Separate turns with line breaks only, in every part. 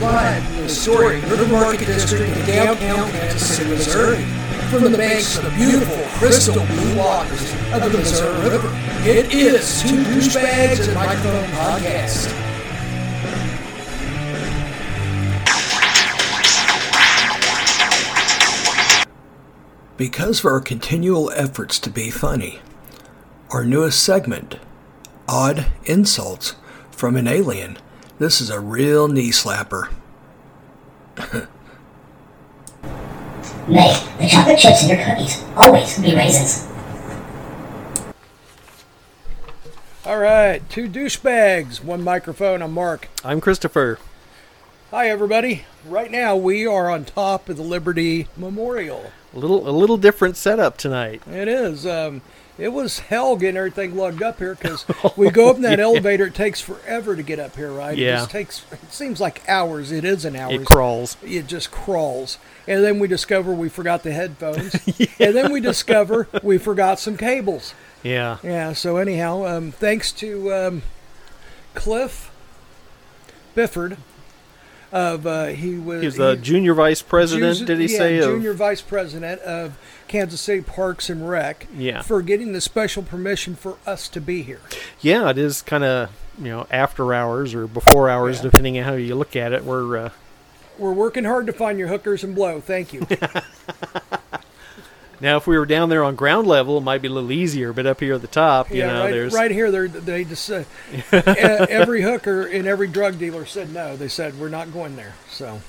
live from the historic River Market District in downtown Kansas City, Missouri. From the banks of the beautiful crystal blue waters of the Missouri River, it is Two Douchebags and Microphone Podcast.
Because of our continual efforts to be funny, our newest segment, Odd Insults from an Alien, this is a real knee slapper.
Nay, the chocolate chips in your cookies always be raisins.
All right, two douchebags, one microphone. I'm Mark.
I'm Christopher.
Hi, everybody. Right now, we are on top of the Liberty Memorial.
A little a little different setup tonight.
It is. Um, it was hell getting everything lugged up here because we go up in that elevator. It takes forever to get up here, right? It
Yeah.
just takes. It seems like hours. It is an hour.
It crawls.
It just crawls, and then we discover we forgot the headphones, and then we discover we forgot some cables.
Yeah.
Yeah. So anyhow, um, thanks to um, Cliff Bifford of uh, he was
He was the junior vice president.
Jus-
did he
yeah,
say? of-
junior vice president of Kansas City Parks and Rec?
Yeah.
For getting the special permission for us to be here.
yeah, it is kind of you know after hours or before hours, depending on how you look at it. We're uh,
We're working hard to find your hookers and blow. Thank you.
now if we were down there on ground level, it might be a little easier. But up here at the top, you
yeah.
know,
right,
there's
right here, they're, they just uh, e- every hooker and every drug dealer said no. They said we're not going there. So.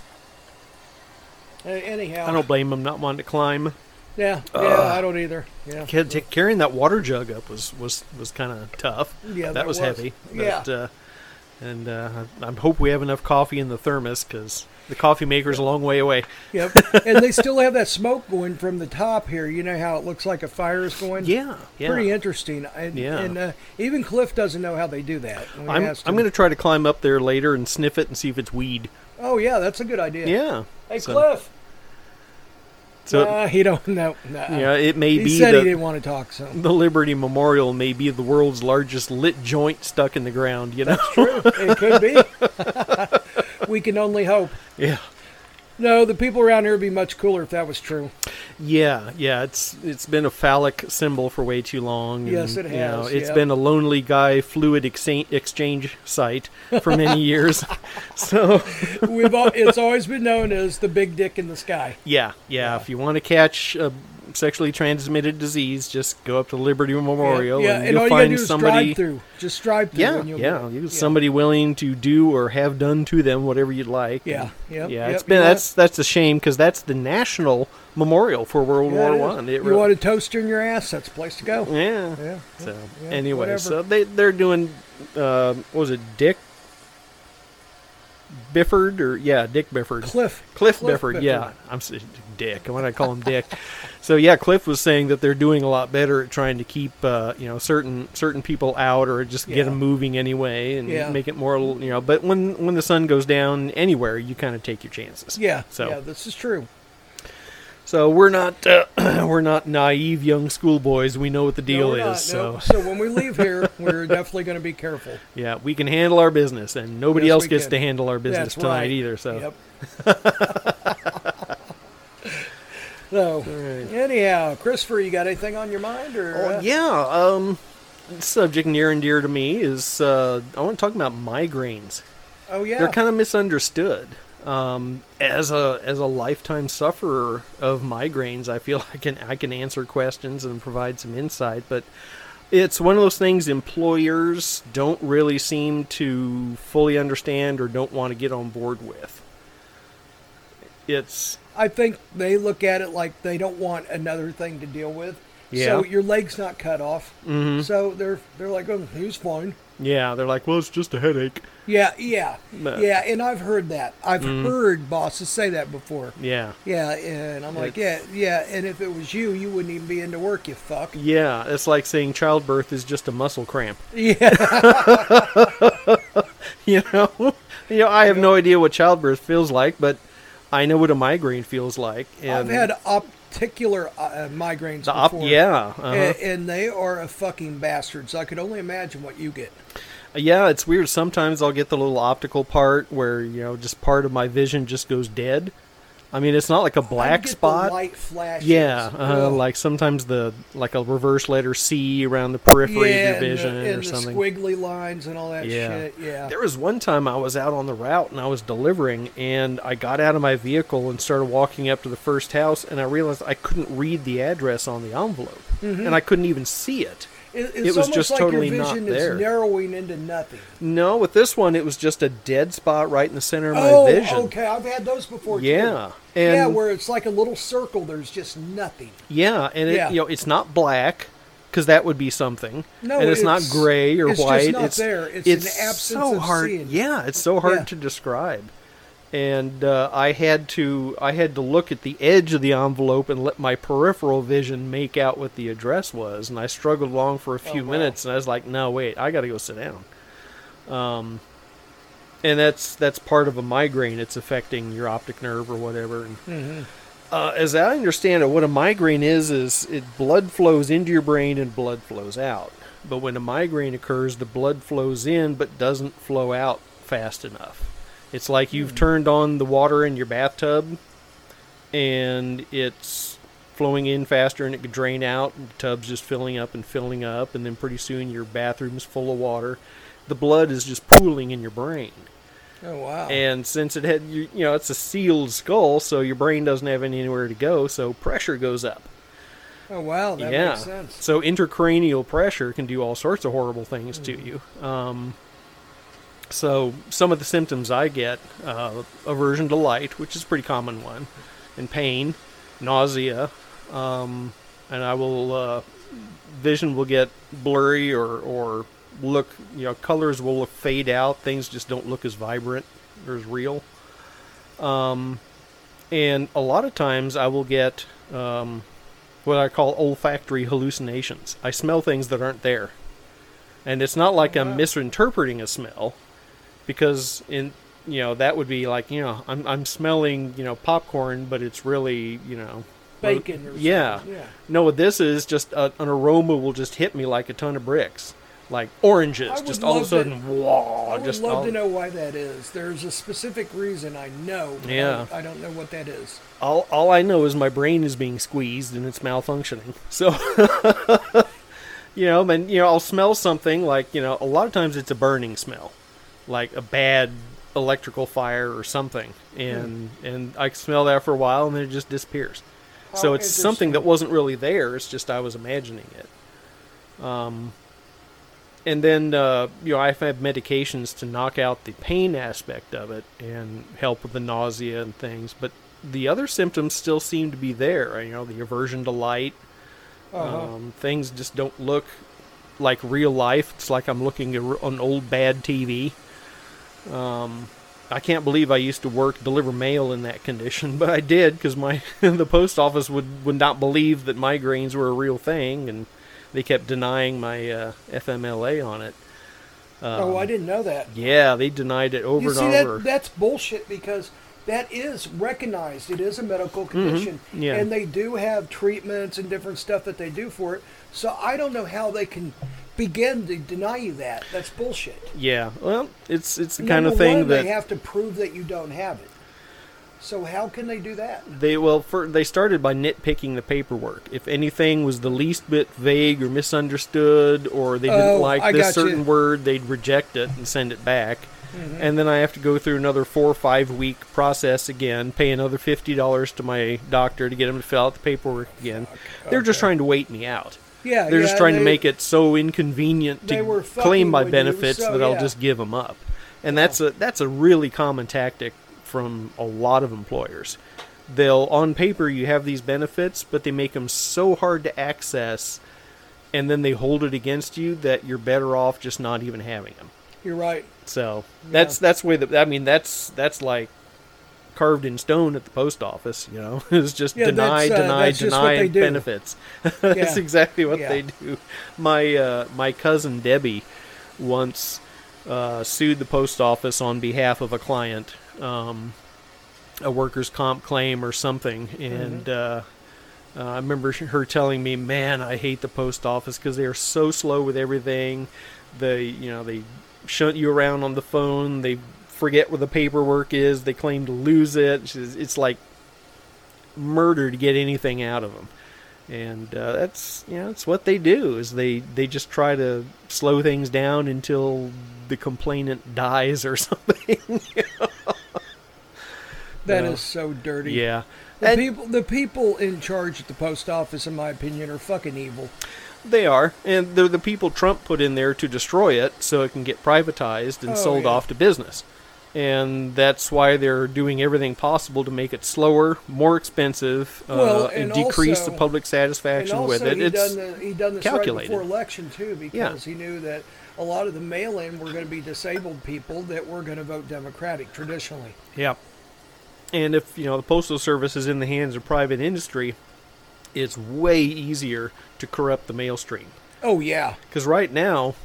A- Anyhow,
I don't uh, blame him not wanting to climb.
Yeah, yeah, I don't either. Yeah,
Ca- ta- Carrying that water jug up was was was kind of tough.
Yeah,
that,
that
was,
was.
heavy.
Yeah.
But, uh, and uh, I, I hope we have enough coffee in the thermos because the coffee maker's a long way away.
yep. and they still have that smoke going from the top here. You know how it looks like a fire is going.
Yeah, yeah.
pretty interesting. And,
Yeah.
and uh, even Cliff doesn't know how they do that. We
I'm,
asked
I'm
him.
going to try to climb up there later and sniff it and see if it's weed.
Oh yeah, that's a good idea.
Yeah.
Hey
so,
Cliff.
So
uh, he don't know. No.
yeah, it may
He
be
said he
the,
didn't want to talk. So
the Liberty Memorial may be the world's largest lit joint stuck in the ground. You know.
true. It could be. we can only hope.
yeah.
No, the people around here would be much cooler if that was true.
Yeah, yeah, it's it's been a phallic symbol for way too long. and,
Yes, it
you know,
has,
It's
yep.
been a lonely guy fluid exan- exchange site for many years. so,
We've all, it's always been known as the big dick in the sky.
yeah, yeah, if you want to catch a sexually transmitted disease, just go up to Liberty Memorial
yeah,
and,
and
you'll
all you gotta
find
do is
somebody
drive through. Just drive through.
Yeah,
and you'll
yeah,
get it.
you- somebody willing to do or have done to them whatever you'd like.
Yeah,
yeah,
yep,
yeah.
yep,
it's been
you
that's that's a shame because that's the national memorial for World
Yeah,
War
it is.
One.
you want a toaster in your ass? That's the place to go.
Yeah.
Yeah,
So
yeah,
anyway,
whatever.
so they they're doing uh, what was it Dick Bifford or yeah Dick Bifford
Cliff. Cliff
Cliff, Bifford,
Bifford.
yeah I'm s- Dick why did I call him Dick so yeah Cliff was saying that they're doing a lot better at trying to keep uh, you know certain certain people out or just get 'em get
Yeah.
them moving anyway and
Yeah.
make it more you know but when when the sun goes down anywhere you kind of take your chances
Yeah,
so
yeah, this is true.
so we're not uh, we're not naive young schoolboys we know what the
No,
deal
we're
is
not,
so
no. when we leave here, we're definitely going to be careful.
Yeah, we can handle our business, and nobody
Yes,
else
we
gets
can.
to handle our
That's
business tonight
right.
either. So,
Yep. so, anyhow, Christopher, you got anything on your mind? Or
Oh,
uh,
yeah. Um, subject near and dear to me is uh, I want to talk about migraines.
oh yeah,
They're kind of misunderstood. Um, as a as a lifetime sufferer of migraines, I feel I can I can answer questions and provide some insight, but it's one of those things employers don't really seem to fully understand or don't want to get on board with. It's
I think they look at it like they don't want another thing to deal with.
Yeah. Mm-hmm.
So your leg's not cut off. So they're they're like, oh, he was fine.
Yeah, they're like, well, it's just a headache.
Yeah, yeah,
No.
yeah. And I've heard that. I've heard bosses say that before.
Mm-hmm. Yeah.
Yeah, and I'm like, yeah, yeah. And if it was you, you wouldn't even be into work, you fuck.
Yeah, it's like saying childbirth is just a muscle cramp.
Yeah,
You know, you know, I have no idea what childbirth feels like, but I know what a migraine feels like. And
I've had opticular uh, migraines
the op-
before.
yeah, uh-huh.
A- And, they are a fucking bastard. So I could only imagine what you get.
yeah, it's weird. Sometimes I'll get the little optical part where you know just part of my vision just goes dead. I mean, it's not like a black spot.
light flashes.
yeah, uh,
Ugh.
like sometimes the like a reverse letter C around the periphery
yeah,
of your vision
and the, and
or
the
something.
squiggly lines and all that
Yeah.
shit. Yeah.
There was one time I was out on the route and I was delivering, and I got out of my vehicle and started walking up to the first house, and I realized I couldn't read the address on the envelope,
Mm-hmm.
and I couldn't even see it.
It, it's
was
almost
just
like
totally
your
not
vision
there.
is narrowing into nothing.
No, with this one, it was just a dead spot right in the center of my
oh,
vision.
okay. I've had those before. too.
Yeah, and
yeah, where it's like a little circle. There's just nothing.
yeah, and it,
Yeah.
you know it's not black because that would be something.
No,
and it's, not
it's-
gray or
it's just
white.
not
it's
there. It's an absence
so
of
hard.
seeing.
Yeah, it's so hard
Yeah.
to describe. And uh, I had to I had to look at the edge of the envelope and let my peripheral vision make out what the address was. And I struggled along for
Oh,
a few minutes, and I was like, "No, wait, I got to go sit down." Um, and that's that's part of a migraine. It's affecting your optic nerve or whatever. And uh, as I understand it, what a migraine is is it blood flows into your brain and blood flows out. But when a migraine occurs, the blood flows in but doesn't flow out fast enough. It's like you've turned on the water in your bathtub, and it's flowing in faster and it could drain out and the tub's just filling up and filling up and then pretty soon your bathroom's full of water the blood is just pooling in your brain
Oh wow.
and since it had, you, you know, it's a sealed skull, so your brain doesn't have anywhere to go, so pressure goes up.
oh wow. That
yeah.
makes sense.
So intracranial pressure can do all sorts of horrible things
Hmm.
to you. Um, so some of the symptoms I get uh, aversion to light, which is a pretty common one, and pain, nausea, um, and I will uh, vision will get blurry or or look you know colors will fade out. Things just don't look as vibrant or as real. Um, and a lot of times I will get um, what I call olfactory hallucinations. I smell things that aren't there. And it's not like I'm misinterpreting a smell because in you know that would be like, you know, I'm I'm smelling, you know, popcorn but it's really, you know,
Bacon or
yeah.
something, yeah.
No, what this is just a, an aroma will just hit me like a ton of bricks. Like oranges
would
just all of a
love to-
sudden whoa,
I would
just
love
all,
to know why that is. There's a specific reason I know. but I-
Yeah.
I don't know what that is.
all all I know is my brain is being squeezed and it's malfunctioning. So you know, and you know, I'll smell something like, you know, a lot of times it's a burning smell. Like a bad electrical fire or something. And and I smell that for a while and then it just disappears.
How
so it's something that wasn't really there, it's just I was imagining it. Um and then uh, you know I've had medications to knock out the pain aspect of it and help with the nausea and things, but the other symptoms still seem to be there. You know, the aversion to light, um, things just don't look like real life. It's like I'm looking at an old bad TV. Um, I can't believe I used to work deliver mail in that condition, but I did because my the post office would would not believe that migraines were a real thing, and they kept denying my uh, FMLA on it.
oh, I didn't know that.
Yeah, they denied it Um, over
You see
and over.
that that's bullshit because that is recognized. It is a medical condition,
Mm-hmm. yeah.
and they do have treatments and different stuff that they do for it. So I don't know how they can begin to deny you that. That's bullshit.
yeah, well, it's it's the kind
Number
of thing
one,
that
they have to prove that you don't have it. So how can they do that?
They well, for, they started by nitpicking the paperwork. If anything was the least bit vague or misunderstood, or they didn't
Oh,
like
I
this
got
certain
you.
word, they'd reject it and send it back.
Mm-hmm.
And then I have to go through another four or five week process again, pay another fifty dollars to my doctor to get him to fill out the paperwork again. They're just trying to wait me out.
Yeah,
They're just
yeah,
trying to
they-
make it so inconvenient
They were
to
fucking
claim my
with you,
benefits
so
that I'll
yeah.
just give them up. And that's a that's a really common tactic from a lot of employers. They'll on paper you have these benefits, but they make them so hard to access and then they hold it against you that you're better off just not even having them.
You're right.
So that's that's way that I mean that's that's like carved in stone at the post office, you know. it's just
Yeah,
deny,
that's, uh,
deny,
that's just what
deny
they
and
do.
benefits. that's
Yeah.
exactly what
Yeah.
they do. My uh, my cousin Debbie once uh, sued the post office on behalf of a client, um, a workers' comp claim or something, and uh, uh, I remember sh- her telling me, "Man, I hate the post office because they are so slow with everything. They, you know, they shunt you around on the phone. They forget where the paperwork is. They claim to lose it. It's- It's like murder to get anything out of them. And uh, that's you know that's what they do is they they just try to slow things down until the complainant dies or something.
That is
Yeah.
so dirty.
yeah.
The
And-
people, the people in charge at the post office, in my opinion, are fucking evil.
They are, and they're the people Trump put in there to destroy it so it can get privatized and
Oh,
sold
yeah.
off to business. And that's why they're doing everything possible to make it slower, more expensive, uh,
Well,
and,
and
decrease
also-
the public
And
satisfaction
also,
with it.
he
It's
done the, he done this right
calculated.
before election too, because he knew that a lot of the mail-in were going to be disabled people that were going to vote Democratic traditionally.
yeah. And if you know the postal service is in the hands of private industry, it's way easier to corrupt the mail stream.
Oh yeah,
because right now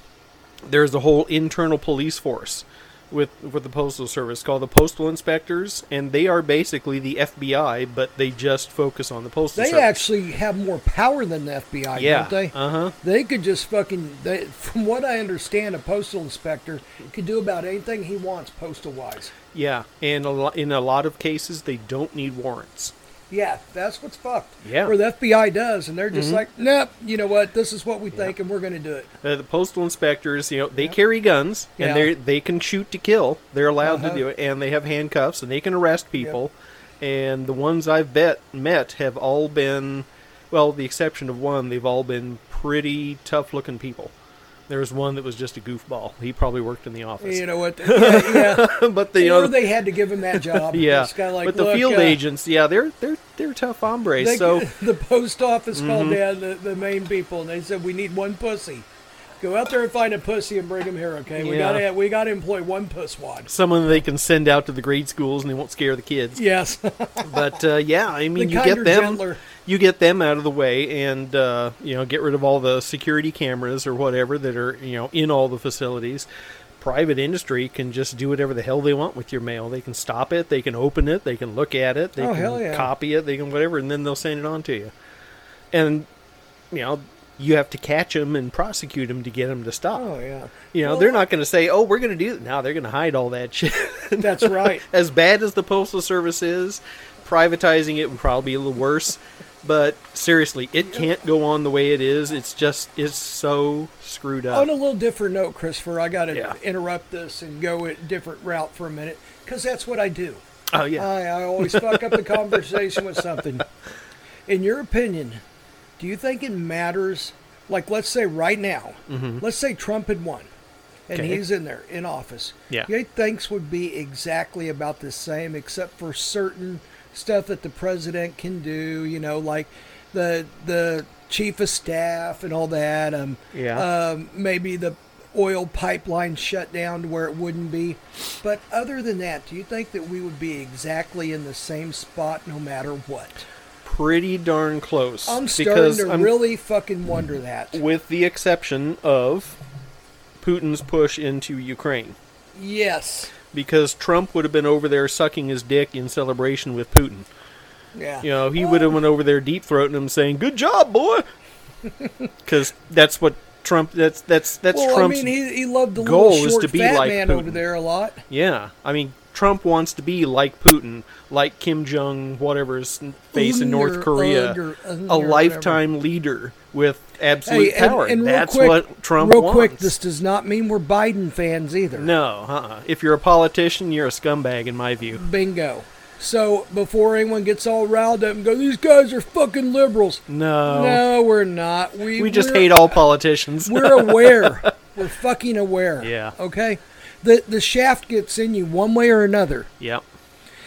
there's a whole internal police force with with the postal service called the postal inspectors and they are basically the FBI but they just focus on the postal
they
service.
actually have more power than the FBI,
yeah
don't they?
uh-huh
They could just fucking. They, from what I understand, a postal inspector could do about anything he wants postal wise.
yeah and a lo- in a lot of cases they don't need warrants
Yeah, that's what's fucked.
Yeah. Mm-hmm.
Or the FBI does, and they're just like, nope, you know what? This is what we think, and we're going to do it.
Uh, the postal inspectors, you know, they carry guns
Yeah.
and they they can shoot to kill. They're allowed
Uh-huh.
to do it, and they have handcuffs and they can arrest people. And the ones I've bet met have all been, well, the exception of one, they've all been pretty tough looking people. There was one that was just a goofball. He probably worked in the office,
You know what? Yeah,
but the,
yeah.
you
or
know,
they had to give him that job.
yeah,
It's kinda like,
but the
look,
field
uh,
agents, yeah, they're they're they're tough hombres.
they-
so Mm-hmm.
the post office called down the, the main people, and they said, "We need one pussy. Go out there and find a pussy and bring him here. Okay, we
Yeah.
got to we got to employ one pusswad."
someone they can send out to the grade schools and they won't scare the kids.
Yes.
but uh, yeah, I mean, you
kinder,
get them,
gentler.
you get them out of the way, and uh, you know, get rid of all the security cameras or whatever that are you know in all the facilities. Private industry can just do whatever the hell they want with your mail. They can stop it, they can open it, they can look at it, they
Oh,
can
hell yeah.
copy it, they can whatever, and then they'll send it on to you. And you know, you have to catch them and prosecute them to get them to stop.
oh yeah.
You know,
Well,
they're not going to say, "Oh, we're going to do." Now they're going to hide all that shit.
That's right.
as bad as the postal service is, privatizing it would probably be a little worse. But seriously, it can't go on the way it is. It's just it's so screwed up.
On a little different note, Christopher, I got to
Yeah.
interrupt this and go a different route for a minute because that's what I do.
oh yeah,
I, I always fuck up the conversation with something. In your opinion, do you think it matters? Like, let's say right now, let's say Trump had won and
Mm-hmm. Okay.
he's in there in office.
Yeah.
You think things would be exactly about the same except for certain stuff that the president can do, you know, like the the chief of staff and all that. Um,
Yeah.
Um, maybe the oil pipeline shut down to where it wouldn't be. But other than that, do you think that we would be exactly in the same spot no matter what?
pretty darn close.
I'm starting
because
to
I'm-
really fucking wonder that.
with the exception of Putin's push into Ukraine,
Yes.
because Trump would have been over there sucking his dick in celebration with Putin.
Yeah.
You know, he would have went over there deep throating him, saying, "Good job, boy," because that's what Trump. That's that's that's
well,
Trump's
I mean, he, he loved the
goal
little
is
short
to be
fat
like
man
Putin.
over there a lot.
Yeah, I mean, Trump wants to be like Putin, like Kim Jong, whatever's face in North
Unger,
Korea,
unger, unger,
a
whatever.
lifetime leader with absolute
and,
power.
and real
That's
quick,
what Trump
real
wants.
quick, this does not mean we're Biden fans either.
no, uh-uh. if you're a politician, you're a scumbag in my view.
Bingo. So before anyone gets all riled up and go, these guys are fucking liberals.
No,
No, we're not. We
we just
we're-
hate all politicians.
We're aware. we're fucking aware.
Yeah.
Okay. The the shaft gets in you one way or another.
yep.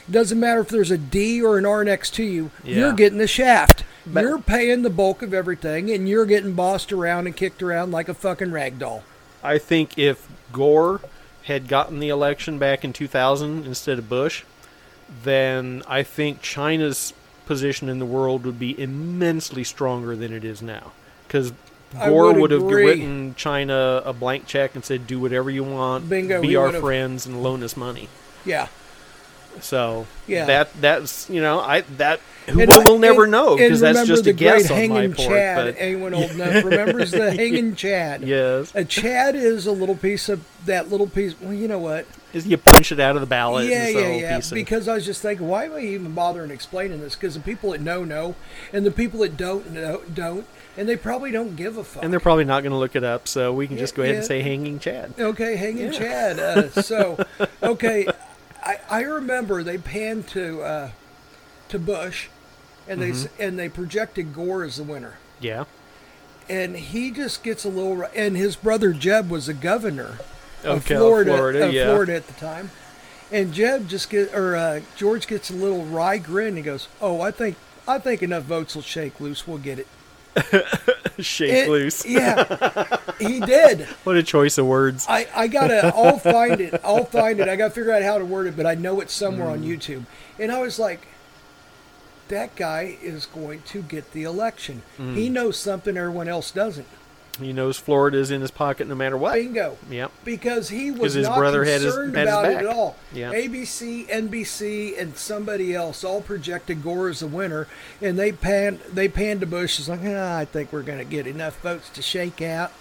Doesn't matter if there's a D or an R next to you. You're
Yeah.
getting the shaft. you're paying the bulk of everything, and you're getting bossed around and kicked around like a fucking rag doll.
I think if Gore had gotten the election back in 2000 instead of Bush, then I think China's position in the world would be immensely stronger than it is now. Because
I
Gore
would
would have
agree.
written China a blank check and said, do whatever you want,
Bingo,
be
he
our
would've-
friends, and loan us money.
Yeah.
So
Yeah.
that that's you know I that who
And
what
I-
we'll never
and-
know
and
because that's
remember
just
the
a guess
great
on my
hanging
part.
Chad,
but
anyone old enough remembers the hanging Chad?
yes,
A Chad is a little piece of that little piece. Well, you know what?
is you punch it out of the ballot.
Yeah,
and so
yeah, yeah.
piece of-
Because I was just thinking, why am I even bothering explaining this? Because the people that know know, and the people that don't know don't, and they probably don't give a fuck.
and they're probably not going to look it up, so we can just go ahead and
yeah.
say hanging Chad.
Okay, hanging Chad. Uh, so, okay, I, I remember they panned to uh, to Bush, and
Mm-hmm.
they s and they projected Gore as the winner,
Yeah.
and he just gets a little. ri- And his brother Jeb was the governor of
Okay, of
Florida,
Florida,
of
yeah.
Florida at the time, and Jeb just get or uh, George gets a little wry grin. And he goes, "Oh, I think I think enough votes will shake loose. We'll get it."
Shake
It-
loose.
yeah, he did.
What a choice of words.
I, I gotta I'll find it. I'll find it. I gotta figure out how to word it, but I know it's somewhere
Mm.
on YouTube. And I was like, that guy is going to get the election.
Mm.
He knows something everyone else doesn't.
He knows Florida's in his pocket no matter what.
Bingo.
Yep.
Because he was
'Cause his
not
brother had his-
concerned
had his
about
back.
it at all.
Yeah.
ABC, NBC, and somebody else all projected Gore as the winner, and they panned they panned to Bush. It's like, ah, I think we're gonna get enough votes to shake out.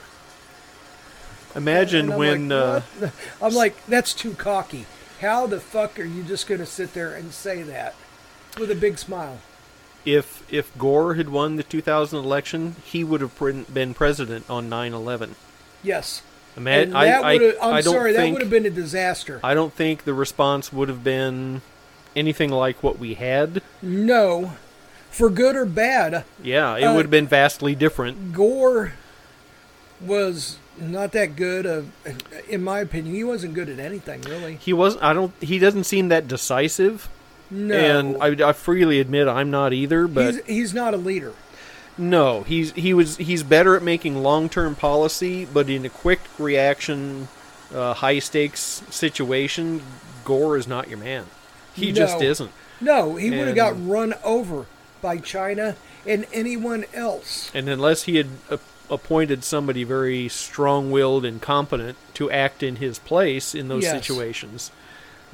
Imagine
And I'm
when
like,
uh,
"What the-" I'm like, that's too cocky. How the fuck are you just going to sit there and say that with a big smile?
if if Gore had won the 2000 election, he would have pre- been president on 9/11.
Yes.
Ima-
And
I,
that
I,
would've- I'm
I don't
sorry, that
think
would have been a disaster.
I don't think the response would have been anything like what we had.
no, for good or bad,
Yeah, it
Uh,
would have been vastly different.
Gore was not that good. Of, in my opinion, he wasn't good at anything really.
He wasn't. I don't. He doesn't seem that decisive.
No,
And I, I freely admit I'm not either. But
he's he's not a leader.
No, he's he was he's better at making long-term policy, but in a quick reaction, uh, high-stakes situation, Gore is not your man. He just
No.
isn't.
No, he would have got
And-
run over by China and anyone else.
And unless he had a- appointed somebody very strong-willed and competent to act in his place in those
Yes.
situations,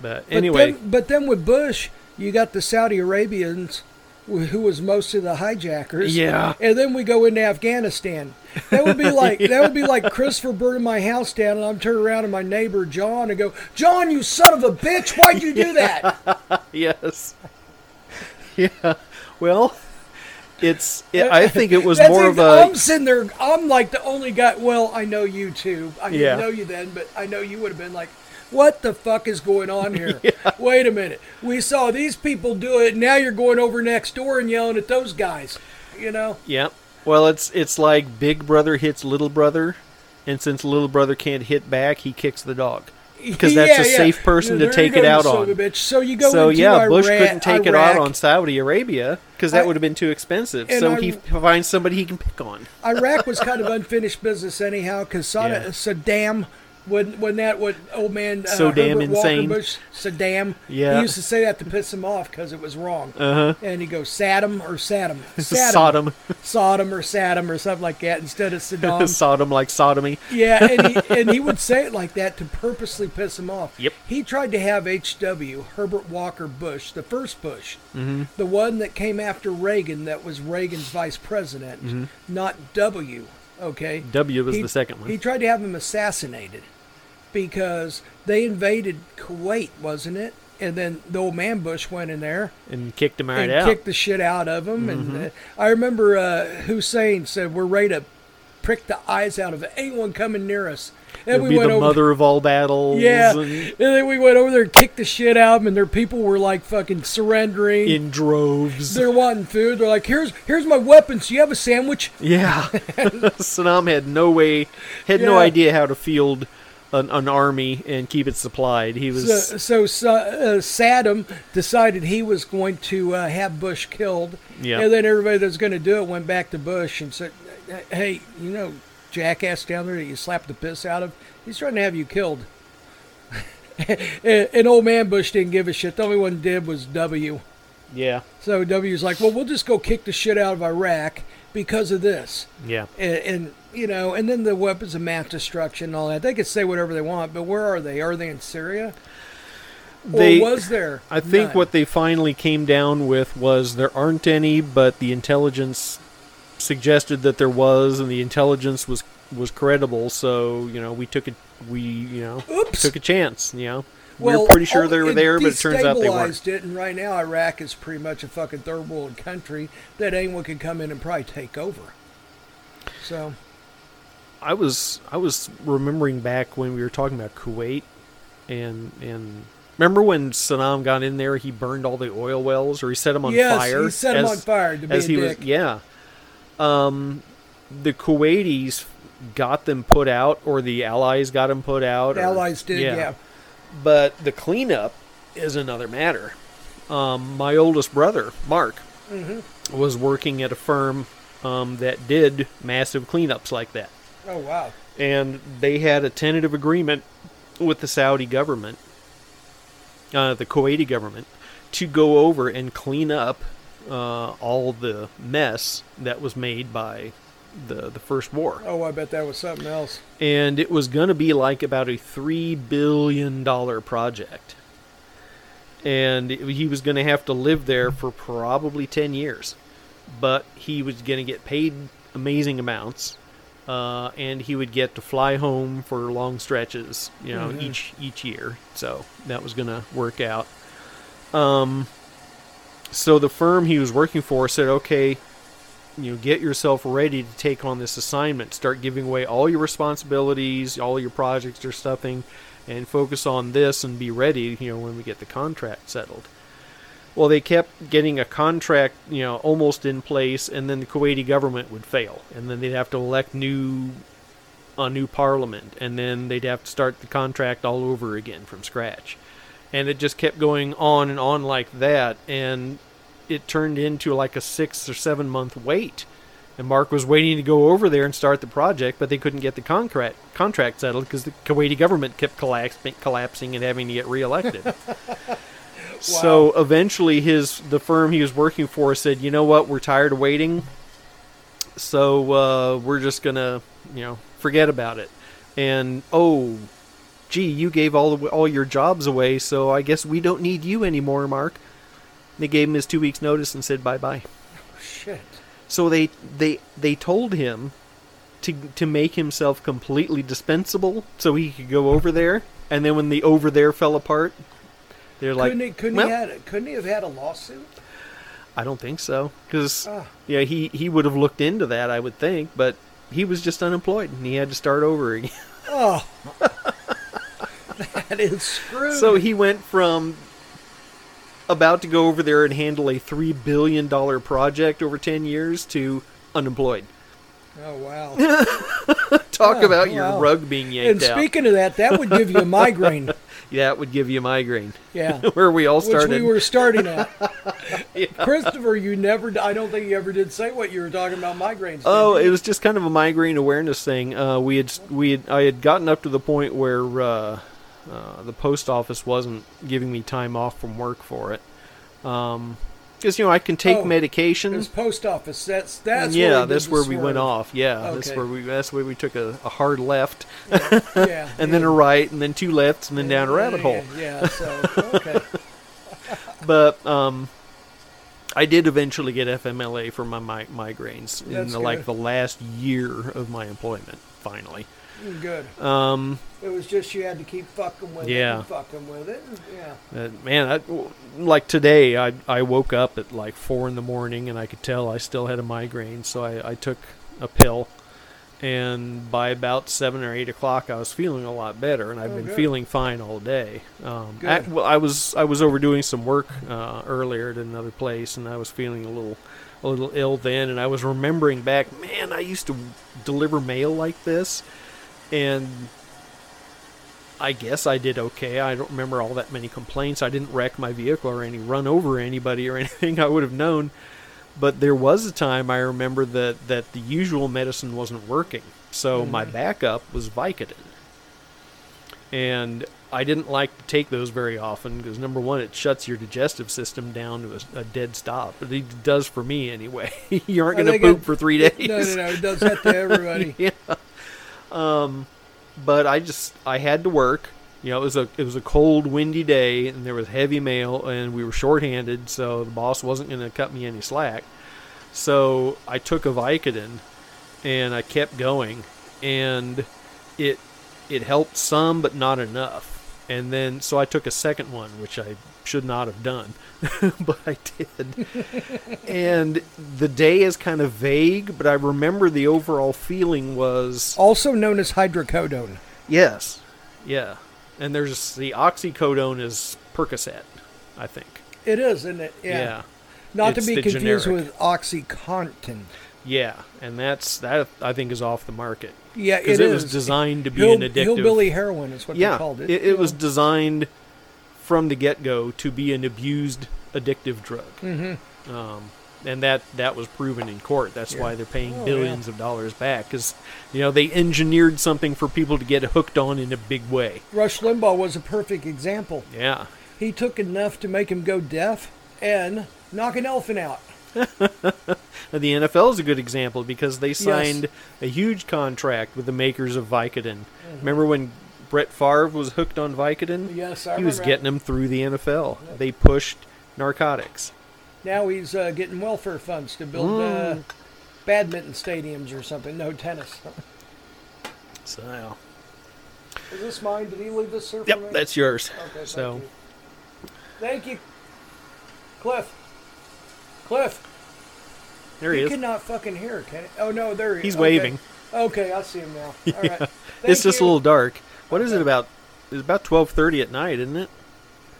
but
But
anyway,
then, but then with Bush, you got the Saudi Arabians, wh- who was most of the hijackers.
Yeah.
And then we go into Afghanistan. That would be like that would be like Christopher burning my house down, and I'm turning around to my neighbor John and go, John, you son of a bitch, why'd you do that?
yes, yeah. Well, it's it, I think it was
That's
more
ex-
of a
I'm sitting there. I'm like the only guy. Well, I know you too. I
Yeah.
didn't know you then, but I know you would have been like. What the fuck is going on here? Wait a minute. We saw these people do it. Now you're going over next door and yelling at those guys. You know?
Yeah. Well, it's it's like Big Brother hits Little Brother, and since Little Brother can't hit back, he kicks the dog because that's
Yeah,
a
yeah.
safe person
There
to
you
take
go,
it
you
out
son
on.
of a bitch. So you go
so
into
yeah, Bush
Ira-
couldn't take it out
Iraq.
on Saudi Arabia because that
I-
would have been too expensive.
and
So
I-
he finds somebody he can pick on.
Iraq was kind of unfinished business anyhow because
Yeah.
Saddam. When, when that what old man uh,
So damn
Herbert Walker
insane.
Bush Saddam
Yeah.
he used to say that to piss him off because it was wrong uh-huh. and he goes Saddam or Saddam
Sodom.
Sodom or Saddam or something like that instead of Saddam
Sodom like sodomy.
Yeah, and he, and he would say it like that to purposely piss him off.
Yep.
He tried to have H.W. Herbert Walker Bush, the first Bush, mm-hmm. the one that came after Reagan, that was Reagan's vice president, not W. Okay.
Mm-hmm. W was
He-
the second one.
He tried to have him assassinated because they invaded Kuwait, wasn't it? And then the old man Bush went in there
and kicked him right Mm-hmm.
and
out.
kicked the shit out of him. And uh, I remember uh, Hussein said, "We're ready to prick the eyes out of anyone coming near us." And
It'll
we
be
went
the
over,
mother of all battles.
yeah.
and-
And then we went over there and kicked the shit out of them, and their people were like fucking surrendering.
in droves.
They're wanting food. They're like, "Here's here's my weapons. You have a sandwich?"
Yeah, Saddam had no way, had no
Yeah.
idea how to field an, an army and keep it supplied. He was
So, so, Sa- uh, Saddam decided he was going to uh, have Bush killed,
Yeah.
and then everybody that's going to do it went back to Bush and said, "Hey, you know, jackass down there that you slapped the piss out of, he's trying to have you killed." and, and old man Bush didn't give a shit. The only one did was W.
yeah,
So W's like, "Well, we'll just go kick the shit out of Iraq because of this."
yeah.
and, and you know, and then the weapons of mass destruction and all that. They could say whatever they want, but where are they? Are they in Syria?
They-
or was there?
I think
none?
what they finally came down with was there aren't any, but the intelligence suggested that there was, and the intelligence was was credible. So you know, we took a we you know
Oops.
took a chance. You know, we
Well,
were pretty sure
oh,
they were there, but it turns out they weren't.
destabilized It, and right now, Iraq is pretty much a fucking third world country that anyone can come in and probably take over. So,
I was I was remembering back when we were talking about Kuwait, and and. Remember when Saddam got in there? He burned all the oil wells, or he set them on
yes,
fire.
he set him
as-
on fire to be
as
a
he
dick.
was yeah um the kuwaitis got them put out or the allies got them put out
The
or-
Allies did, yeah.
but the cleanup is another matter um my oldest brother mark
Mm-hmm.
was working at a firm um, that did massive cleanups like that
Oh wow.
and they had a tentative agreement with the Saudi government, uh, the Kuwaiti government, to go over and clean up uh, all the mess that was made by the the first war,
Oh, I bet that was something else.
and it was going to be like about a three billion dollar project, and it- he was going to have to live there for probably ten years, but he was going to get paid amazing amounts uh, and he would get to fly home for long stretches, you know, each each year. So that was gonna work out. Um, so the firm he was working for said, okay, you know, get yourself ready to take on this assignment. Start giving away all your responsibilities, all your projects or something, and focus on this and be ready. You know, when we get the contract settled. Well, they kept getting a contract, you know, almost in place, and then the Kuwaiti government would fail, and then they'd have to elect new a new parliament, and then they'd have to start the contract all over again from scratch, and it just kept going on and on like that, and it turned into like a six or seven month wait, and Mark was waiting to go over there and start the project, but they couldn't get the contract contract settled because the Kuwaiti government kept collapsing, collapsing and having to get reelected. So eventually, his the firm he was working for said, "You know what? We're tired of waiting. So uh, we're just gonna, you know, forget about it." And oh, gee, you gave all the, all your jobs away, so I guess we don't need you anymore, Mark. They gave him his two weeks' notice and said bye bye.
Shit.
So they they they told him to to make himself completely dispensable so he could go over there. And then when the over there fell apart, they're like,
couldn't he? Couldn't
"Well,
he had? Couldn't he have had a lawsuit?
I don't think so, because
Ah.
yeah, he he would have looked into that, I would think, but he was just unemployed and he had to start over again.
Oh, that is screwed.
so he went from about to go over there and handle a three billion dollar project over ten years to unemployed.
oh wow.
Talk
Oh,
about your
wow.
rug being
and
yanked out.
speaking of that, that would give you a migraine.
That would give you a migraine.
Yeah.
where we all
Which
started.
we were starting at. Christopher, you never, d- I don't think you ever did say what you were talking about migraines. did
Oh,
you?
it was just kind of a migraine awareness thing. Uh, we had we had, I had gotten up to the point where uh, uh, the post office wasn't giving me time off from work for it, because you know I can take
Oh,
medication.
It was post office. That's, that's
yeah,
where we did
that's
the
where we
swerve.
went off. Yeah, that's
Okay.
where we that's where we took a, a hard left,
Yeah.
and then a right, and then two lefts, and then down a rabbit hole.
Yeah, so, okay.
But um, I did eventually get FMLA for my mi- migraines in
That's
the, like
good.
the last year of my employment. Finally,
Mm, Good.
um,
It was just you had to keep fucking with it
Yeah.
and fucking with it. and- Yeah.
Uh, man, I, like today, I I woke up at like four in the morning, and I could tell I still had a migraine, so I, I took a pill, and by about seven or eight o'clock, I was feeling a lot better, and I've
Oh,
been
good.
feeling fine all day. Um, I,
Good.
well, I was I was overdoing some work uh, earlier at another place, and I was feeling a little a little ill then, and I was remembering back, man, I used to deliver mail like this, and I guess I did okay. I don't remember all that many complaints. I didn't wreck my vehicle or any run over anybody or anything. I would have known. But there was a time I remember that that the usual medicine wasn't working. So my
Mm.
backup was Vicodin. And I didn't like to take those very often because number one, it shuts your digestive system down to a, a dead stop. It does for me anyway. you aren't
I
going to
think
poop
it-
for three days
No, no, no. It does that to everybody.
yeah. Um, but I just I had to work, You know, it was a it was a cold, windy day, and there was heavy mail, and we were shorthanded, so the boss wasn't going to cut me any slack. So I took a Vicodin, and I kept going, and it it helped some, but not enough. And then so I took a second one, which I should not have done, but I did. and the day is kind of vague, but I remember the overall feeling was
Also known as hydrocodone.
Yes. Yeah. And there's the oxycodone is Percocet, I think.
It is, isn't it? Yeah.
Yeah.
Not
It's
to be
the
confused
generic.
with OxyContin.
Yeah. And that's that I think is off the market.
Yeah,
Because
it
it was
is.
designed to be
Hill,
an addictive.
Hillbilly heroin is what
yeah,
they called it.
It, was designed from the get go to be an abused addictive drug. Mm-hmm. Um, and that, that was proven in court. That's why they're
Oh,
paying billions of dollars back because, you know, they engineered something for people to get hooked on in a big way.
Rush Limbaugh was a perfect example.
Yeah.
He took enough to make him go deaf and knock an elephant out.
Now, The NFL is a good example because they signed a huge contract with the makers of Vicodin. Remember when Brett Favre was hooked on Vicodin?
Yes, I
He was
remember.
getting them through the NFL. They pushed narcotics.
Now he's uh, getting welfare funds to build uh,
Mm.
badminton stadiums or something. No tennis.
So,
Is this mine? Did he leave this surfer?
yep,
ring?
that's yours.
Okay,
so,
thank you. Thank you, Cliff. Cliff,
there he
you
is.
cannot fucking hear, can it? Oh no, there he
He's
is. Okay.
waving.
Okay, I see him now. All right. Thank
it's just a
you.
little dark. What is it about? It's about 12:30 at night, isn't it?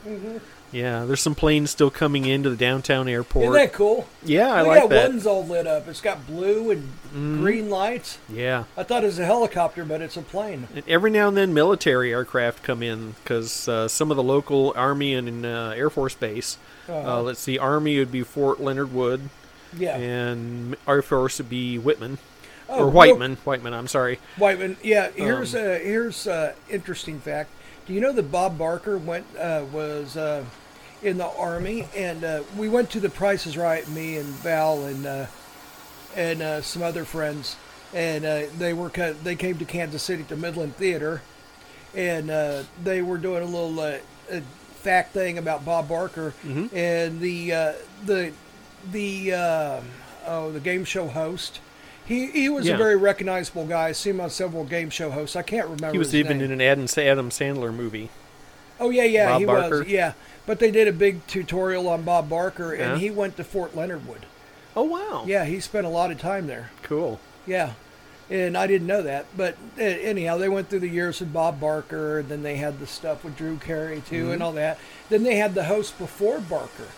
Mm-hmm. Yeah, there's some planes still coming into the downtown
Isn't
airport.
that cool?
yeah, I
Look
like
how
that. Mm-hmm.
one's all lit up. It's got blue and green lights.
Yeah.
I thought it was a helicopter, but it's a plane.
And every now and then, military aircraft come in because uh, some of the local Army and uh, Air Force base. Uh, let's see, Army would be Fort Leonard Wood,
Uh-huh. Yeah.
and Air Force would be Whitman
Oh,
or Whiteman. Whiteman, I'm sorry.
Whiteman. Yeah.
Um,
Here's a here's a interesting fact. Do you know that Bob Barker went uh, was uh, in the army, and uh, we went to the Price is Right. Me and Val and uh, and uh, some other friends, and uh, they were co- they came to Kansas City to Midland Theater, and uh, they were doing a little uh, uh fact thing about Bob Barker
Mm-hmm.
and the uh, the the um oh the game show host. He he was
Yeah.
a very recognizable guy. I've seen him on several game show hosts. I can't remember.
He was
his
even
name.
in an Adam Adam Sandler movie.
Oh yeah, yeah,
Bob
he
Barker.
was. Yeah, but they did a big tutorial on Bob Barker, and
Yeah.
he went to Fort Leonard Wood.
Oh wow!
Yeah, he spent a lot of time there.
cool.
Yeah, and I didn't know that. But uh, anyhow, they went through the years with Bob Barker, and then they had the stuff with Drew Carey too,
Mm-hmm.
and all that. Then they had the host before Barker.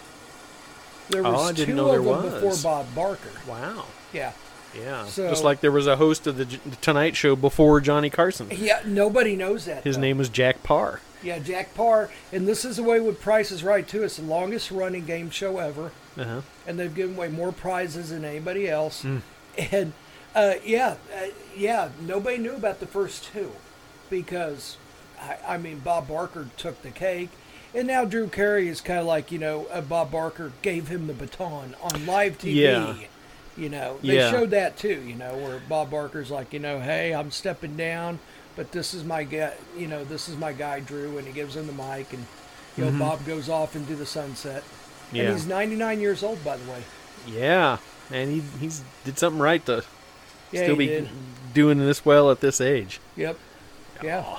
There
Oh,
was
I didn't
two
know there
of them
was.
before Bob Barker.
Wow.
Yeah,
Yeah.
So-
Just like there was a host of the, J- the Tonight Show before Johnny Carson.
yeah. Nobody knows that.
His
though.
name was Jack Parr.
Yeah, Jack Parr, and this is the way with Price is Right too. It's the longest running game show ever.
Uh huh.
and they've given away more prizes than anybody else.
Hmm.
And uh, yeah, uh, yeah, nobody knew about the first two because I, I mean Bob Barker took the cake, and now Drew Carey is kind of like you know uh, Bob Barker gave him the baton on live TV.
Yeah.
You know, they
Yeah.
showed that too. You know, where Bob Barker's like, you know, hey, I'm stepping down, but this is my guy. You know, this is my guy, Drew, and he gives him the mic, and you
Mm-hmm.
know, Bob goes off into the sunset.
Yeah.
And he's 99 years old, by the way.
Yeah. And he he's did something right to
Yeah,
still
he
be
did.
doing this well at this age.
Yep. Yeah.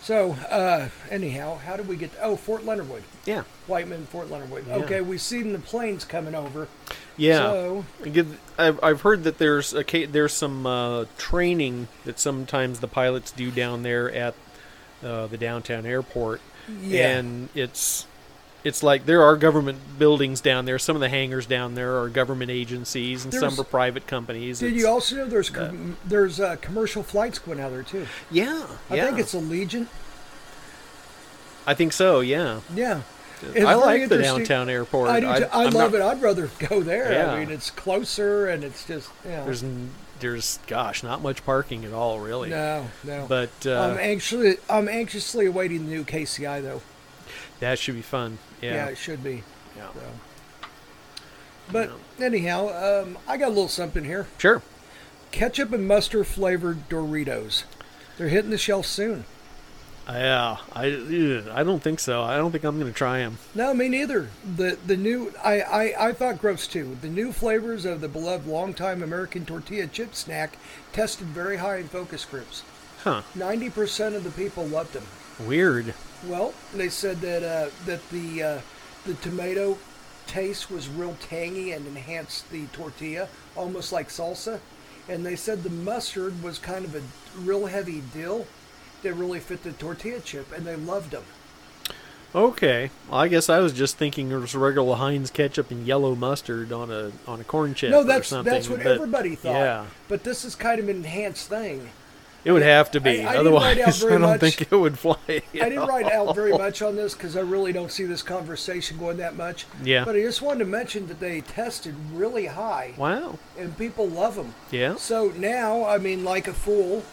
So, uh, anyhow, how did we get? oh, Fort Leonard Wood,
Yeah.
Whiteman, Fort Leonard Wood. Okay, we've seen the planes coming over.
Yeah.
So-
I give- I've, I've heard that there's a ca- there's some uh, training that sometimes the pilots do down there at uh, the downtown airport.
Yeah.
And it's it's like there are government buildings down there. Some of the hangars down there are government agencies, and
There's-
some are private companies.
Did
It's-
you also know there's com- there's uh, commercial flights going out there too?
Yeah.
I
yeah.
think it's Allegiant.
I think so. Yeah.
Yeah. It's very
I like the
interesting.
downtown airport.
I do. too. I
I'm
love
not-
it. I'd rather go there.
Yeah.
I mean, it's closer and it's just. Yeah.
There's n- there's gosh, not much parking at all, really.
no, Um, no.
But uh,
I'm anxiously I'm anxiously awaiting the new KCI though.
that should be fun.
Yeah,
Yeah.
it should be.
yeah.
So. But anyhow, um, I got a little something here.
Sure.
Ketchup and mustard flavored Doritos. They're hitting the shelf soon.
Yeah, I ew, I don't think so. I don't think I'm gonna try them.
No, me neither. The the new I, I, I thought gross too. The new flavors of the beloved longtime American tortilla chip snack tested very high in focus groups.
Huh?
Ninety percent of the people loved them.
Weird.
Well, they said that uh, that the uh, the tomato taste was real tangy and enhanced the tortilla, almost like salsa. And they said the mustard was kind of a real heavy dill that really fit the tortilla chip, and they loved them.
Okay. Well, I guess I was just thinking it was regular Heinz ketchup and yellow mustard on a on a corn chip.
no,
or
that's
something,
that's what
but-
everybody thought.
Yeah,
But this is kind of an enhanced thing.
it would have to be.
I- I didn't
Otherwise,
write out
I
very
don't
much.
think it would fly.
I didn't write out very much on this because I really don't see this conversation going that much.
Yeah.
But I just wanted to mention that they tested really high,
Wow.
and people love them.
Yeah.
So now, I mean, like a fool,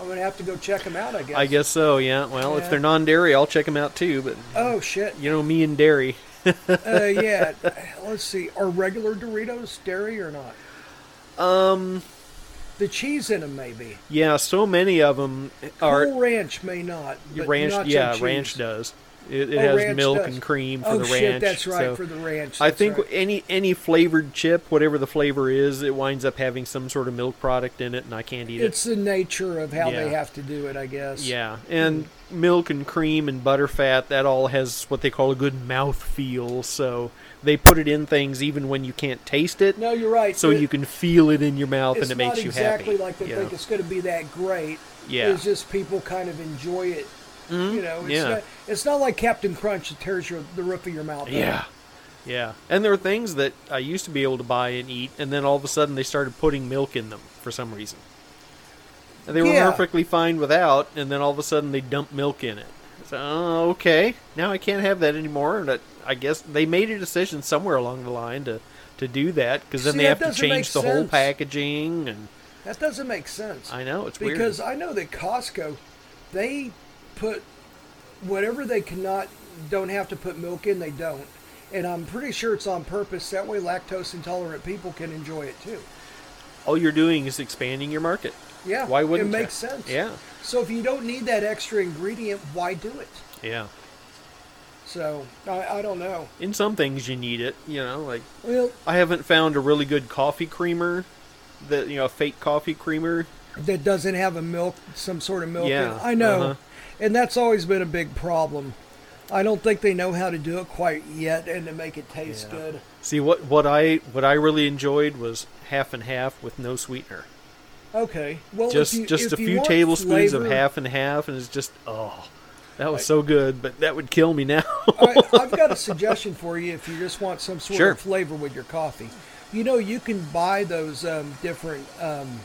I'm gonna have to go check them out. I guess.
I guess so. Yeah. Well,
Yeah.
if they're non-dairy, I'll check them out too. But
Oh shit.
you know me and dairy.
Uh, yeah. Let's see. Are regular Doritos dairy or not?
Um.
The cheese in them maybe.
Yeah. So many of them are
Cool Ranch may not. But
ranch.
nacho
yeah,
cheese.
ranch does. It, it
Oh,
has
ranch
milk
does.
and cream for
oh,
the ranch.
shit, that's right
so-
for the ranch.
I
that's
think
right.
any any flavored chip, whatever the flavor is, it winds up having some sort of milk product in it, and I can't eat
it's the nature of how they
Yeah.
have to do it, I guess.
it. Yeah, and milk and cream and butterfat, that all has what they call a good mouth feel. So they put it in things even when you can't taste it,
No, you're right.
so
It-
you can feel it in your mouth,
it's
and it makes
not
you
exactly
happy.
like they
you
think
know?
it's going to be that great.
Yeah. Mm-hmm.
It's just people kind of enjoy it. You know, it's,
yeah.
not, it's not like Captain Crunch that tears your, the roof of your mouth. out.
Yeah. Yeah. And there are things that I used to be able to buy and eat, and then all of a sudden they started putting milk in them for some reason. And they were
Yeah.
perfectly fine without, and then all of a sudden they dump milk in it. So, oh, okay. Now I can't have that anymore. And I, I guess they made a decision somewhere along the line to, to do that, because then
See,
they
that
have to
doesn't make
change the whole
sense.
packaging. And
That doesn't make sense.
I know, it's weird.
because I know that Costco, they put whatever they cannot, don't have to put milk in, they don't. And I'm pretty sure it's on purpose. That way, lactose intolerant people can enjoy it too.
all you're doing is expanding your market.
Yeah.
Why wouldn't
it
ya?
makes sense?
Yeah.
So if you don't need that extra ingredient, why do it?
Yeah.
So I, I don't know.
In some things you need it, you know, like
Well,
I haven't found a really good coffee creamer that you know a fake coffee creamer.
that doesn't have a milk, some sort of milk. in it.
Yeah,
I know,
uh-huh.
and that's always been a big problem. I don't think they know how to do it quite yet, and to make it taste good.
See what what I what I really enjoyed was half and half with no sweetener.
Okay, well, if
Just
you-
just
if
a
you
few
want
tablespoons of
flavor-
half and half and it's just oh that was so good, but that would kill me now.
I, I've got a suggestion for you if you just want some sort
Sure.
of flavor with your coffee. You know, you can buy those um, different um,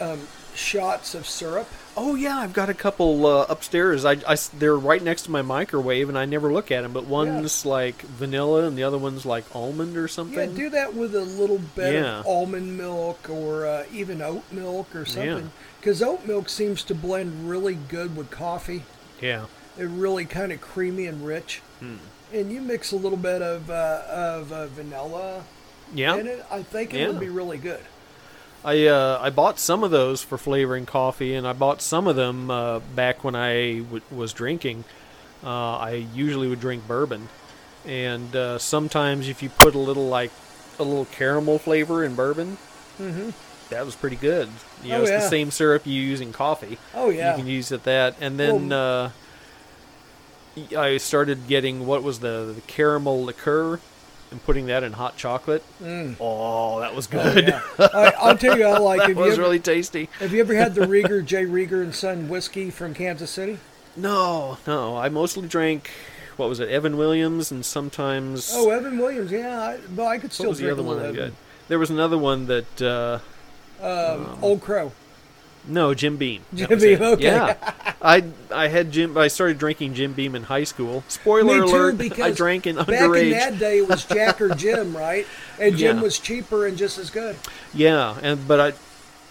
um, shots of syrup.
oh yeah, I've got a couple uh, upstairs. I, I s- they're right next to my microwave and I never look at them. But one's like vanilla and the other one's like almond or
Yeah,
something.
do that with a little bit
Yeah.
of almond milk or uh, even oat milk or
Yeah.
something. Because oat milk seems to blend really good with coffee.
yeah.
They're really kind of creamy and rich.
Hmm.
And you mix a little bit of, uh, of uh, vanilla
Yeah.
in it, I think it
Oh. Yeah.
would be really good.
I uh, I bought some of those for flavoring coffee, and I bought some of them uh, back when I w- was drinking. Uh, I usually would drink bourbon, and uh, sometimes if you put a little like a little caramel flavor in bourbon, mm-hmm. that was pretty good. You know,
Oh,
it's the
yeah.
same syrup you use in coffee.
Oh, yeah.
you can use it that, and then. uh, I started getting what was the, the caramel liqueur and putting that in hot chocolate.
Mm.
Oh, that was good.
I, I'll tell you, I like
that
have, you
was
ever,
really tasty.
have you ever had the Rieger, J. Rieger and Son whiskey from Kansas City?
No, no. I mostly drank what was it, Evan Williams, and sometimes
Oh, Evan Williams, yeah. I, but I could
what
still
was the
drink
other
a
one?
little
I
Evan.
got? There was another one that uh,
Um, Old Crow.
no, Jim Beam. That
Jim
was
Beam,
it.
okay.
Yeah, I I had Jim. I started drinking Jim Beam in high school.
Me
Spoiler
too,
alert!
because
I drank in
Back
underage.
in that day, it was Jack or Jim, right? And Jim
Yeah.
was cheaper and just as good.
Yeah, and but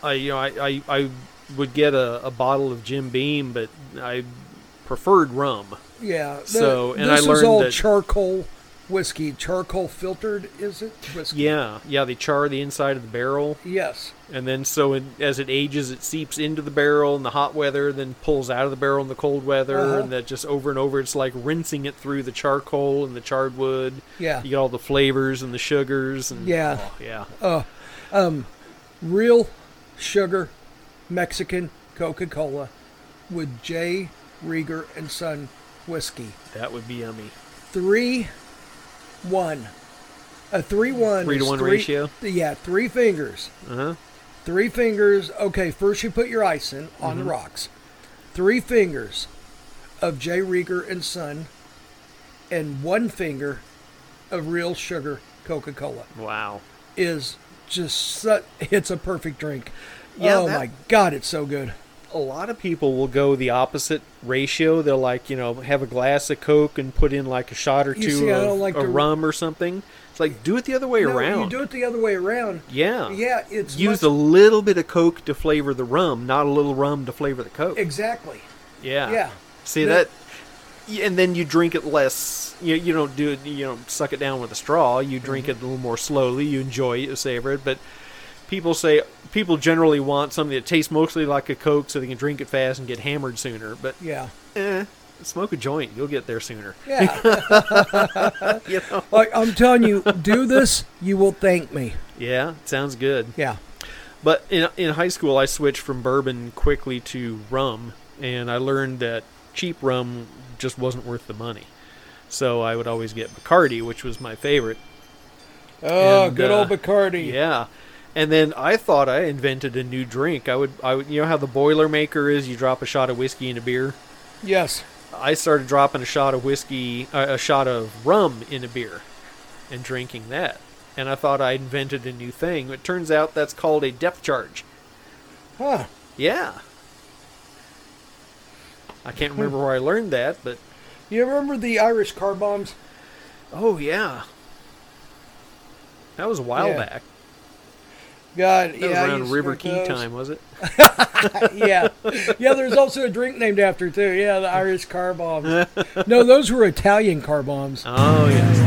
I, I you know I I, I would get a, a bottle of Jim Beam, but I preferred rum.
Yeah. the-
So, and I
this was
learned
all
that-
charcoal whiskey, charcoal filtered, is it? Whiskey.
Yeah, yeah, they char the inside of the barrel,
Yes.
and then so in, as it ages, it seeps into the barrel in the hot weather, then pulls out of the barrel in the cold weather,
Uh-huh.
and that just over and over, it's like rinsing it through the charcoal and the charred wood.
Yeah.
you get all the flavors and the sugars and
Yeah.
oh, yeah,
Real sugar Mexican Coca Cola with J. Rieger and Son whiskey.
that would be yummy.
Three one. A three one.
Three to
is
one
three-
ratio?
Yeah, three fingers.
Uh huh.
Three fingers. Okay, first you put your ice in on
Mm-hmm.
the rocks. Three fingers of J. Rieger and Son, and one finger of real sugar Coca Cola
Wow.
is just su- it's a perfect drink.
Yeah,
oh
that-
my god, it's so good.
a lot of people will go the opposite ratio. They'll like you know have a glass of Coke and put in like a shot or
You
two
see, I
of
don't like
a
to-
rum or something. It's like do it the other way
No,
around.
You do it the other way around.
yeah,
Yeah, it's
use
much-
a little bit of Coke to flavor the rum, not a little rum to flavor the Coke.
exactly.
yeah,
yeah.
See
No-
that, y- and then you drink it less. You you don't do it. You don't suck it down with a straw. You drink it a little more slowly. You enjoy it, you savor it, but. People say people generally want something that tastes mostly like a Coke, so they can drink it fast and get hammered sooner. But
Yeah.
eh, smoke a joint, you'll get there sooner.
Yeah.
You know?
like I'm telling you, do this, you will thank me.
Yeah, sounds good.
Yeah.
But in in high school, I switched from bourbon quickly to rum, and I learned that cheap rum just wasn't worth the money. So I would always get Bacardi, which was my favorite.
Oh,
And,
good old
uh,
Bacardi.
Yeah. And then I thought I invented a new drink. I would, I would, you know how the Boilermaker is? You drop a shot of whiskey into beer.
Yes.
I started dropping a shot of whiskey, uh, a shot of rum in a beer, and drinking that. And I thought I invented a new thing. It turns out that's called a depth charge.
Huh.
Yeah. I can't remember where I learned that, but
You remember the Irish car bombs?
oh yeah, that was a while
Yeah.
back.
God,
That
yeah. I
was around
used to
River
drink
Key
those.
time, was it?
yeah, yeah. There's also a drink named after it, too. Yeah, the Irish car bombs. no, those were Italian car bombs.
Oh yes.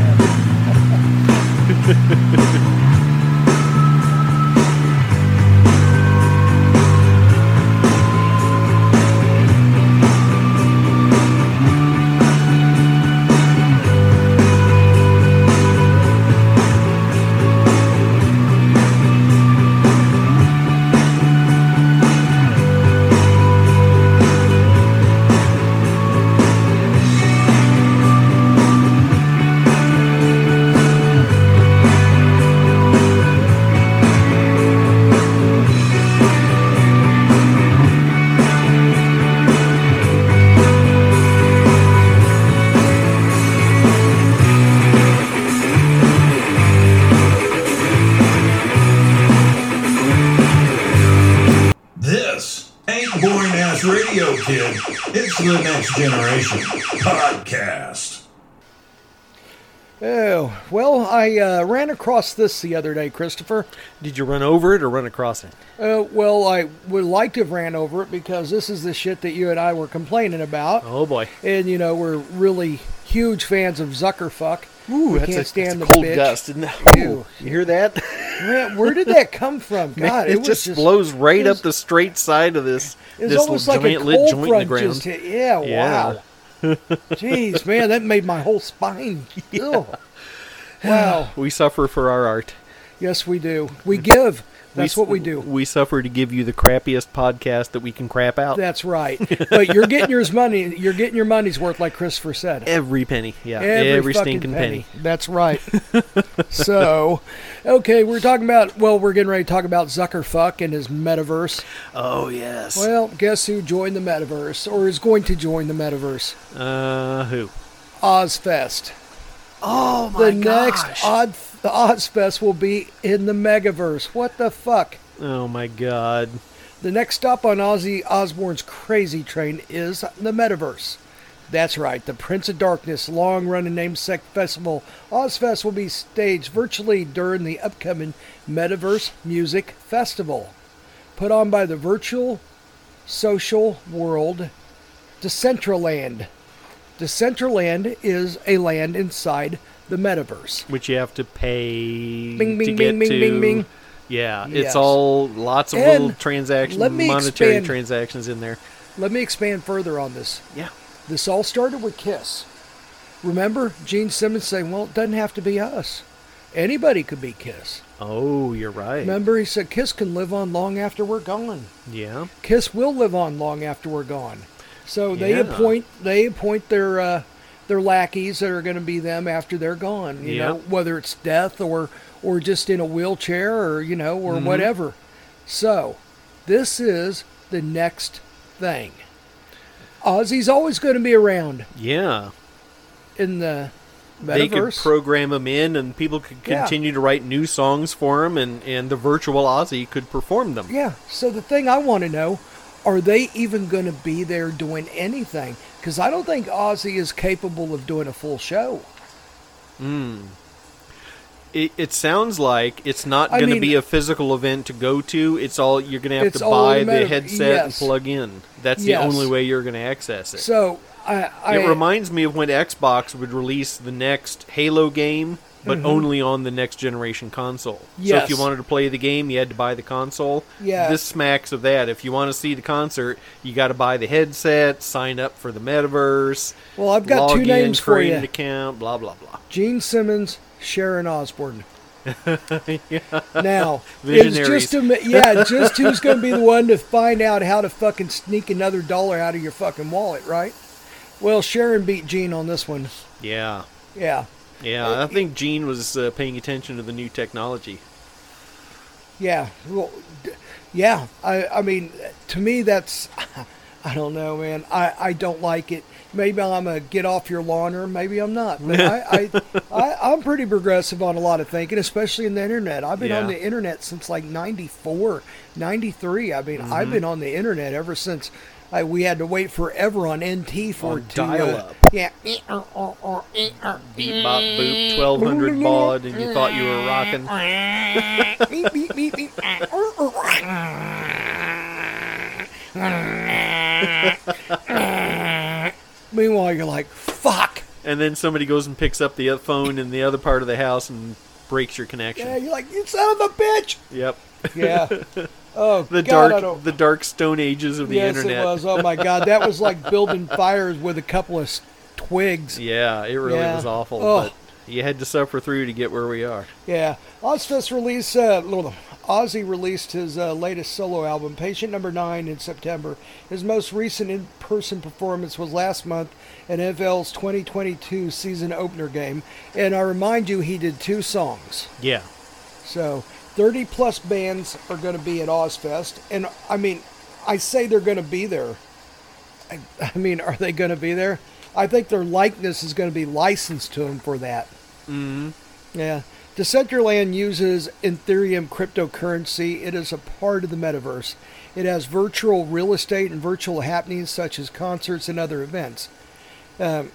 This ain't boring ass radio, kid. It's the next generation podcast.
Oh well, I uh, ran across this the other day, Christopher.
Did you run over it or run across it?
Uh, well, I would like to have ran over it because this is the shit that you and I were complaining about,
Oh boy.
and you know we're really huge fans of Zuckerfuck. we can't stand the
cold
bitch.
gust, isn't it?
Ew.
you hear that?
Man, where did that come from? God,
Man, it,
was
just,
just
blows right
it
up
was-
the straight side of this
It's
this
almost
little
like a
giant lit
cold
joint in the
front
ground.
just hit. Yeah,
Yeah.
wow. Jeez, man, that made my whole spine. Ew. Wow.
We suffer for our art.
Yes, we do. We give. That's
we,
what we do.
We suffer to give you the crappiest podcast that we can crap out.
That's right. But you're getting yours money. You're getting your money's worth, like Christopher said.
every penny, yeah,
Every, fucking
stinking penny.
That's right. so, okay, we're talking about. Well, we're getting ready to talk about Zuckerfuck and his metaverse.
Oh yes.
Well, guess who joined the metaverse or is going to join the metaverse?
uh, who?
Ozfest.
Oh
the
my
next Odd the Ozfest will be in the Megaverse. What the fuck?
oh my god!
The next stop on Ozzy Osbourne's crazy train is the Metaverse. That's right, the Prince of Darkness long running namesake festival. Ozfest will be staged virtually during the upcoming Metaverse Music Festival, put on by the virtual social world Decentraland. Decentraland is a land inside the metaverse.
which you have to pay
Bing,
to
bing,
get
bing, bing,
to.
bing, bing.
Yeah,
Yes.
it's all lots of
And
little transactions,
let me
monetary
expand-
transactions in there.
Let me expand further on this.
Yeah,
This all started with Kiss. Remember Gene Simmons saying, "Well, it doesn't have to be us. Anybody could be Kiss."
Oh, you're right.
Remember, he said, "Kiss can live on long after we're gone.
Yeah.
Kiss will live on long after we're gone." So they
Yeah.
appoint they appoint their uh, their lackeys that are going to be them after they're gone. You
Yeah.
know, whether it's death or or just in a wheelchair or you know or whatever. So this is the next thing. Ozzy's always going to be around
Yeah.
in the
They could
metaverse.
program them in and people could
Yeah.
continue to write new songs for them and, and the virtual Ozzy could perform them.
yeah. So the thing I want to know, are they even going to be there doing anything? Because I don't think Ozzy is capable of doing a full show.
It, it sounds like it's not
I
going to
mean-
be a physical event to go to. It's all you're going to have
It's
to
all
buy
in
the
meta-
headset and
yes.
plug in. That's
Yes.
the only way you're going to access it.
So I, I
it reminds me of when Xbox would release the next Halo game, but only on the next generation console. So if
Mm-hmm. Yes.
you wanted to play the game, you had to buy the console.
Yeah.
This smacks of that. If you want to see the concert, you got to buy the headset, sign up for the metaverse.
Well, I've got
log
two
in,
names for
create an
you.
account, blah blah blah.
Gene Simmons, Sharon Osbourne. Now it's
Visionaries.
just a, mi- yeah, just who's going to be the one to find out how to fucking sneak another dollar out of your fucking wallet, right? Well, Sharon beat Gene on this one.
Yeah.
Yeah,
Yeah, I think Gene was uh, paying attention to the new technology.
Yeah. Well, d- yeah. I, I mean, to me, that's, I don't know, man. I, I don't like it. Maybe I'm a get off your lawn or maybe I'm not. But I, I, I, I'm pretty progressive on a lot of thinking, especially in the internet. I've been on
Yeah.
the internet since like 94, 93. I mean,
Mm-hmm.
I've been on the internet ever since. I, we had to wait forever on NT for
On
to, uh,
dial-up.
yeah,
Beep bop boop,
Mm.
twelve hundred baud, and you thought you were rocking.
beep, beep, beep, beep. Meanwhile, you're like, fuck.
and then somebody goes and picks up the other phone in the other part of the house and breaks your connection.
Yeah, you're like, you son of a bitch.
Yep.
Yeah. Oh,
The
God, I
dark
don't...
the dark stone ages of the
yes,
internet.
it was. Oh, my God. That was like building fires with a couple of s- twigs.
Yeah, it really
Yeah. Oh.
was awful,
Ugh.
but you had to suffer through to get where we are.
Yeah, Ozfest release. Uh, little- Ozzy released his uh, latest solo album, Patient Number Nine, in September. His most recent in-person performance was last month at NFL's 2022 season opener game, and I remind you, he did two songs.
Yeah.
So, 30 plus bands are going to be at Ozfest, and I mean, I say they're going to be there. I, I mean, are they going to be there? I think their likeness is going to be licensed to them for that. Yeah. Decentraland uses Ethereum cryptocurrency. It is a part of the metaverse. It has virtual real estate and virtual happenings such as concerts and other events. Um,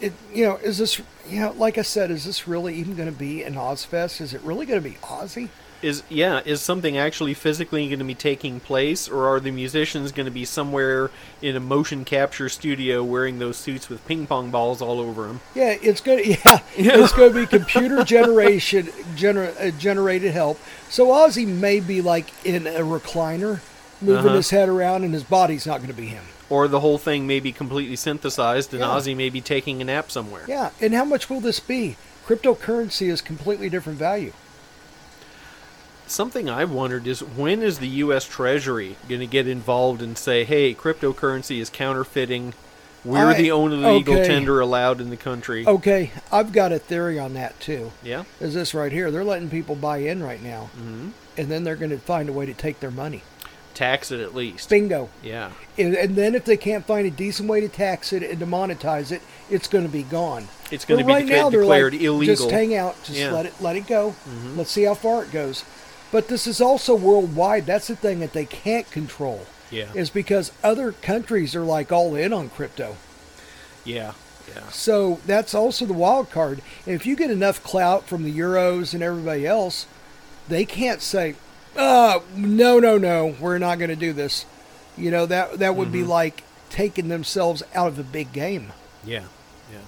it you know is this you know like I said is this really even going to be an Ozfest? Is it really going to be Aussie?
Is yeah, is something actually physically going to be taking place or are the musicians going to be somewhere in a motion capture studio wearing those suits with ping pong balls all over them?
Yeah, it's gonna yeah, it's gonna be computer generation gener, uh, generated help. So Ozzy may be like in a recliner, moving his head around, and his body's not gonna be him.
Or the whole thing may be completely synthesized and
Yeah.
Ozzy may be taking a nap somewhere.
Yeah, and how much will this be? Cryptocurrency is completely different value.
Something I've wondered is when is the U.S. Treasury going to get involved and say, "Hey, cryptocurrency is counterfeiting. We're
I-
the only legal
okay. Oh.
tender allowed in the country."
Okay, I've got a theory on that too.
Yeah,
Is this right here? They're letting people buy in right now, and then they're going to find a way to take their money.
tax it at least.
Bingo.
Yeah,
And, and then if they can't find a decent way to tax it and to monetize it, it's going to be gone.
It's gonna
But
be
right
decla-
now, they're
declared
like,
illegal."
Just hang out. Just
Yeah. Mm-hmm.
let it let it go. Let's see how far it goes. But this is also worldwide. That's the thing that they can't control.
Yeah.
Is because other countries are like all in on crypto.
yeah, yeah.
So that's also the wild card. And if you get enough clout from the Euros and everybody else, they can't say, uh, no, no, no, we're not going to do this. You know, that, that would be like taking themselves out of a big game.
Yeah, yeah.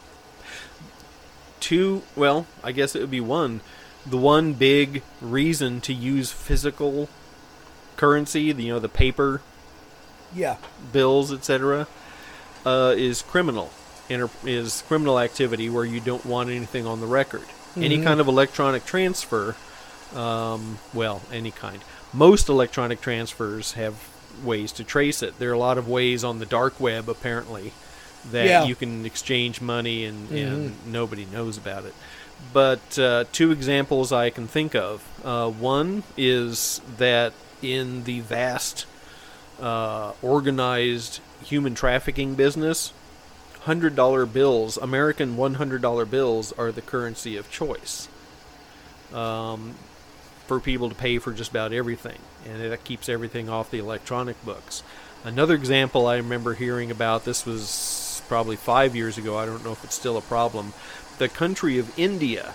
two, well, I guess it would be one, the one big reason to use physical currency, the, you know, the paper
Yeah.
bills, etc., uh, is criminal. Inter- is criminal activity where you don't want anything on the record. Any kind of electronic transfer, um, well, any kind. Most electronic transfers have ways to trace it. There are a lot of ways on the dark web, apparently, that
Yeah.
you can exchange money and, and nobody knows about it. But uh, two examples I can think of. Uh, one is that in the vast uh, organized human trafficking business, hundred dollar bills, American one hundred dollar bills, are the currency of choice um, for people to pay for just about everything, and that keeps everything off the electronic books. Another example I remember hearing about this was probably five years ago. I don't know if it's still a problem. The country of India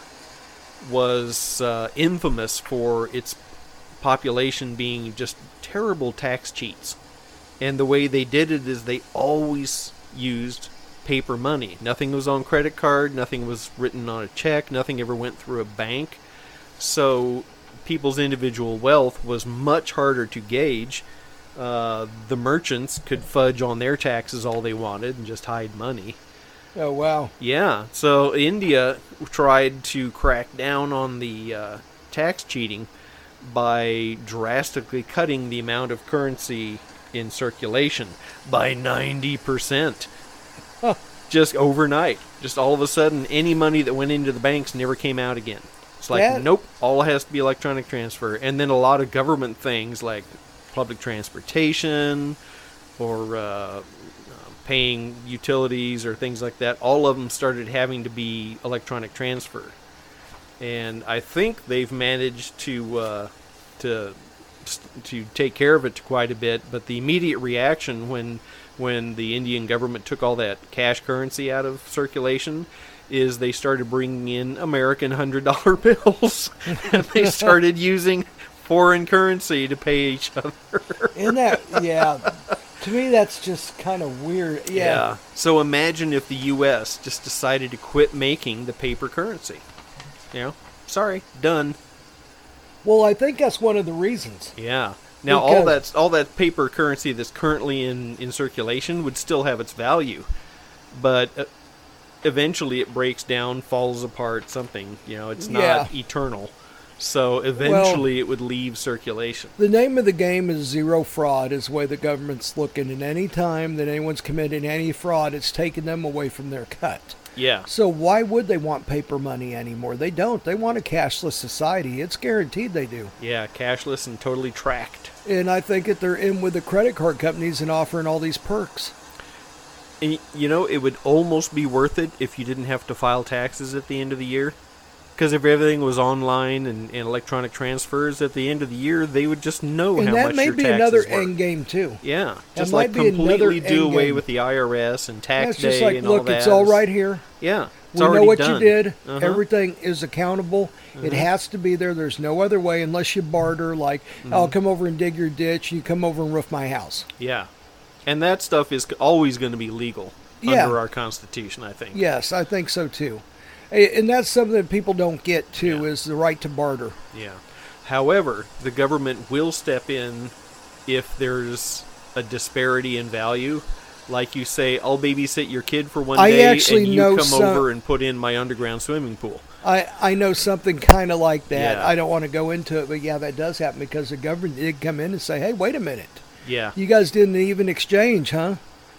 was uh, infamous for its population being just terrible tax cheats. And the way they did it is they always used paper money. Nothing was on credit card, nothing was written on a check, nothing ever went through a bank. So people's individual wealth was much harder to gauge. Uh, the merchants could fudge on their taxes all they wanted and just hide money.
Oh wow.
Yeah, so India tried to crack down on the uh, tax cheating by drastically cutting the amount of currency in circulation by 90%. Just overnight. Just all of a sudden, any money that went into the banks never came out again. It's like,
That-
nope, all has to be electronic transfer. And then a lot of government things like public transportation or. Uh, paying utilities or things like that, all of them started having to be electronic transfer. And I think they've managed to uh, to to take care of it quite a bit. But the immediate reaction when when the Indian government took all that cash currency out of circulation is they started bringing in American hundred dollar bills, and they started using foreign currency to pay each other.
Isn't that yeah. to me that's just kind of weird. Yeah.
So imagine if the U.S. just decided to quit making the paper currency. You know, sorry, done.
Well, I think that's one of the reasons.
Yeah. Now all
Because-
that's all that paper currency that's currently in in circulation would still have its value, but uh, eventually it breaks down, falls apart, something. You know, it's not
Yeah.
eternal. So eventually it would leave circulation.
The name of the game is zero fraud is the way the government's looking and any time that anyone's committed any fraud it's taking them away from their cut.
Yeah.
So why would they want paper money anymore? They don't. They want a cashless society. It's guaranteed they do.
Yeah. Cashless and totally tracked.
And I think that they're in with the credit card companies and offering all these perks.
And, y- you know, it would almost be worth it if you didn't have to file taxes at the end of the year. Because if everything was online and, and electronic transfers at the end of the year, they would just know
and
how
that
much
may
your
be
taxes
another
were.
end game too.
Yeah, just
might
like
be another
completely do
end
away
game.
with the IRS and
Yeah,
tax
it's just
day
like
and all
look,
that.
it's all right here.
Yeah, it's
we know
already
what
done.
you did.
Uh-huh.
Everything is accountable. It has to be there. There's no other way unless you barter. Like
Mm-hmm.
I'll come over and dig your ditch. You come over and roof my house.
Yeah, and that stuff is c- always going to be legal
Yeah.
under our Constitution, I think.
Yes, I think so too. A- And that's something that people don't get too
Yeah.
is the right to barter.
Yeah. However, the government will step in if there's a disparity in value. Like you say, I'll babysit your kid for one
I
day,
actually
and you
know
come
some-
over and put in my underground swimming pool.
I, I know something kind of like that.
Yeah.
I don't want to go into it, but yeah, that does happen because the government did come in and say, hey, wait a minute.
Yeah,
You guys didn't even exchange, huh?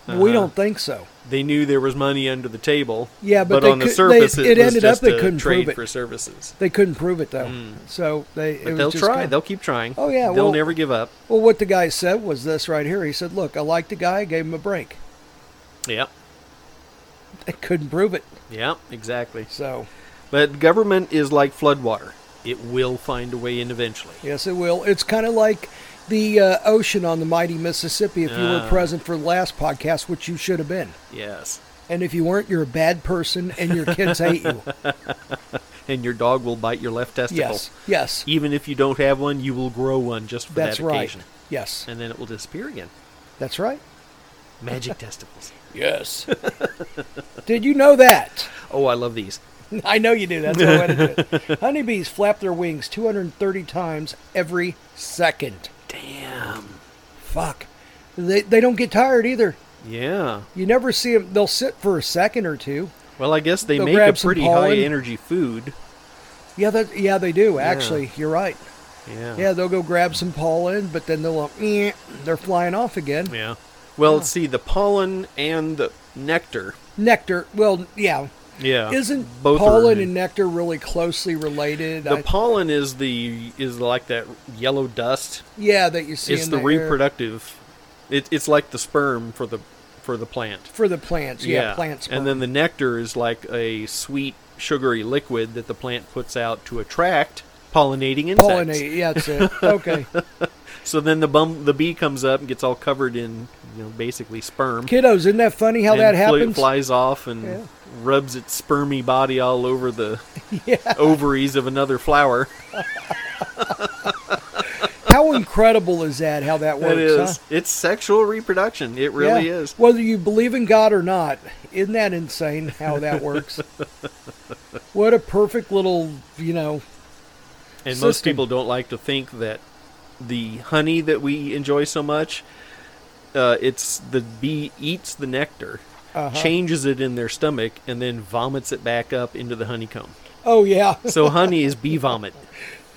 Uh-huh.
We don't think so.
they knew there was money under the table.
Yeah, but they
on the
could- they-
surface, it,
it
was
ended up
just
they
a
couldn't
trade
prove it.
for services.
They couldn't prove it, though. So they. it
Hmm. But
was
they'll
just
try.
kinda-
They'll keep trying.
Oh, yeah,
they'll
well-
never give up.
Well, what the guy said was this right here. He said, look, I liked the guy. I gave him a break.
Yeah,
They couldn't prove it.
yeah, exactly.
So,
But government is like floodwater; it will find a way in eventually.
yes, it will. It's kind of like the uh, ocean on the mighty Mississippi if you
Ah.
were present for the last podcast, which you should have been.
Yes,
And if you weren't, you're a bad person and your kids hate you.
and your dog will bite your left testicle.
Yes. Yes.
Even if you don't have one, you will grow one just for
That's
that
right.
occasion,
Yes.
and then it will disappear again.
That's right.
Magic testicles.
Yes. Did you know that?
Oh, I love these.
I know you do. That's the way to do it. Honeybees flap their wings 230 times every second.
Damn.
Fuck. They, they don't get tired either.
Yeah.
You never see them. They'll sit for a second or two.
Well, I guess they
They'll
make a
grab some
pretty high
pollen.
energy food.
Yeah, that, yeah, they do. Actually, you're right.
Yeah.
Yeah, they'll go grab some pollen, but then they'll, eh, they're flying off again.
Yeah. Well, let's see the pollen and the nectar.
Nectar. Well, yeah.
Yeah.
Isn't
both are-
pollen and nectar really closely related?
the
I-
pollen is the is like that yellow dust.
yeah, that you see.
It's
in
the,
the air.
reproductive. It, it's like the sperm for the for the plant.
for the plants. Yeah, plants.
And then the nectar is like a sweet sugary liquid that the plant puts out to attract pollinating insects.
pollinate. Yeah, that's it. Okay,
So then the bum the bee comes up and gets all covered in you know basically sperm.
kiddos, isn't that funny how
and
that
fl-
happens?
flies off and
Yeah.
rubs its spermy body all over the ovaries of another flower.
How incredible is that? How that works?
It is.
huh?
It's sexual reproduction. It really
Yeah.
is.
Whether you believe in God or not, isn't that insane how that works? what a perfect little, you know,
And most
System.
people don't like to think that the honey that we enjoy so much, uh, it's the bee eats the nectar,
Uh-huh.
changes it in their stomach, and then vomits it back up into the honeycomb.
oh yeah,
So honey is bee vomit.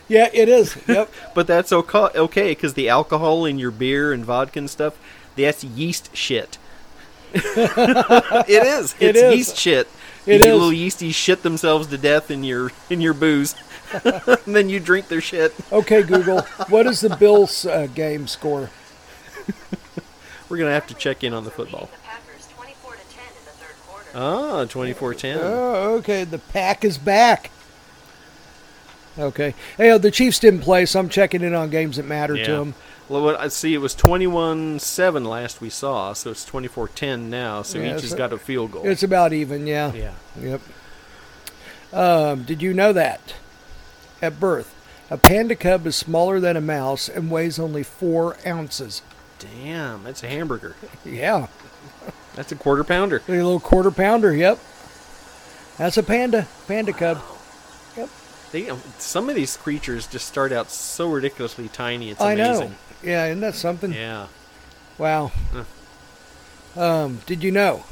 yeah, it is. Yep.
But that's okay okay, 'cause the alcohol in your beer and vodka and stuff, that's yeast shit. it is.
It
It's
is.
yeast shit.
It
you
is.
little yeasties shit themselves to death in your in your booze, and then you drink their shit.
Okay, Google. What is the Bills uh, game score?
We're gonna have to check in on the football.
The Packers 24 to 10 in the third quarter.
Ah, 24-10.
Oh, okay. The pack is back. Okay. Hey, uh, the Chiefs didn't play, so I'm checking in on games that matter to
yeah.
them.
Well, what I see it was 21-7 last we saw, so it's 24-10 now. So
Yeah,
each has
so-
got a field goal.
It's about even, yeah.
yeah.
Yep. Um, did you know that? At birth, a panda cub is smaller than a mouse and weighs only four ounces.
Damn, that's a hamburger.
Yeah.
That's a quarter pounder.
A little quarter pounder, yep. That's a panda, panda cub.
They, um, some of these creatures just start out so ridiculously tiny. It's
I
amazing.
know. Yeah, isn't that something?
Yeah.
Wow. Um, did you know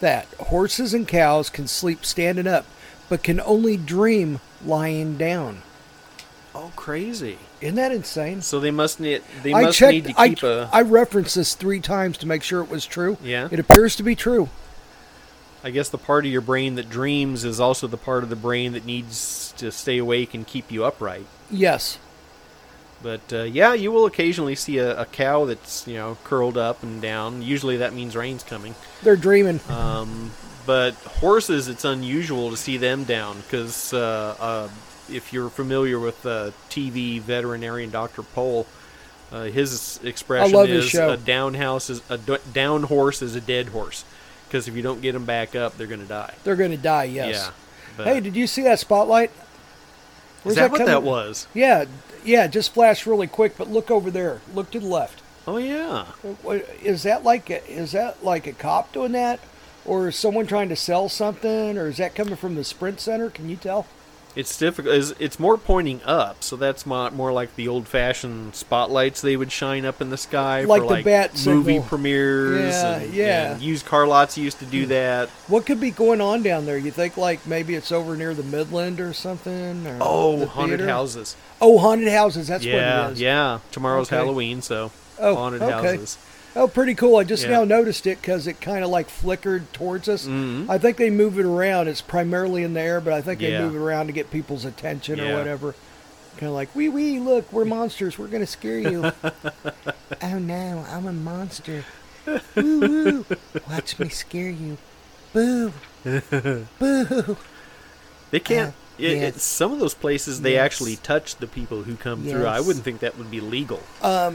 that horses and cows can sleep standing up, but can only dream lying down?
Oh, crazy.
Isn't that insane?
So they must need. They
I
must
checked.
need to
I,
keep a.
I referenced this three times to make sure it was true.
Yeah.
It appears to be true.
I guess the part of your brain that dreams is also the part of the brain that needs to stay awake and keep you upright.
Yes.
But uh, yeah, you will occasionally see a, a cow that's you know curled up and down. Usually that means rain's coming.
They're dreaming.
Um, but horses, it's unusual to see them down because uh, uh, if you're familiar with uh, TV veterinarian Dr. Pohl, uh, his expression
love
is
his show.
a down house is a d- down horse is a dead horse because if you don't get them back up, they're going to die.
They're going to die. Yes.
Yeah. But
hey, did you see that spotlight?
is
Where's
that, what that
coming-
was?
Yeah. Yeah. it Just flashed really quick, but look over there. Look to the left.
Oh yeah,
What- Is that like a, is that like a cop doing that, or is someone trying to sell something, or is that coming from the Sprint Center? Can you tell?
it's difficult. It's, it's more pointing up, so that's mo- more like the old-fashioned spotlights they would shine up in the sky
Like
for
the
like
bat
movie
signal.
premieres.
Yeah,
and,
yeah. Hmm.
and used car lots used to do that.
What could be going on down there? You think like maybe it's over near the Midland or something? Or
Oh,
the
haunted
theater?
houses.
Oh, haunted houses. That's what
yeah,
it is.
yeah. Tomorrow's
Okay.
Halloween, so
Oh,
haunted
okay.
houses.
Oh, pretty cool. I just
Yeah.
now noticed it because it kind of like flickered towards us. I think they move it around. It's primarily in the air, but I think they
Mm-hmm. Yeah.
move it around to get people's attention
Yeah.
or whatever. Kind of like, wee wee, look, we're monsters. We're going to scare you. oh no, I'm a monster. Woo woo. Watch me scare you. Boo. Boo.
They can't. it,
Uh, yes.
it's, some of those places they
Yes.
actually touch the people who come through. I
Yes.
wouldn't think that would be legal.
The-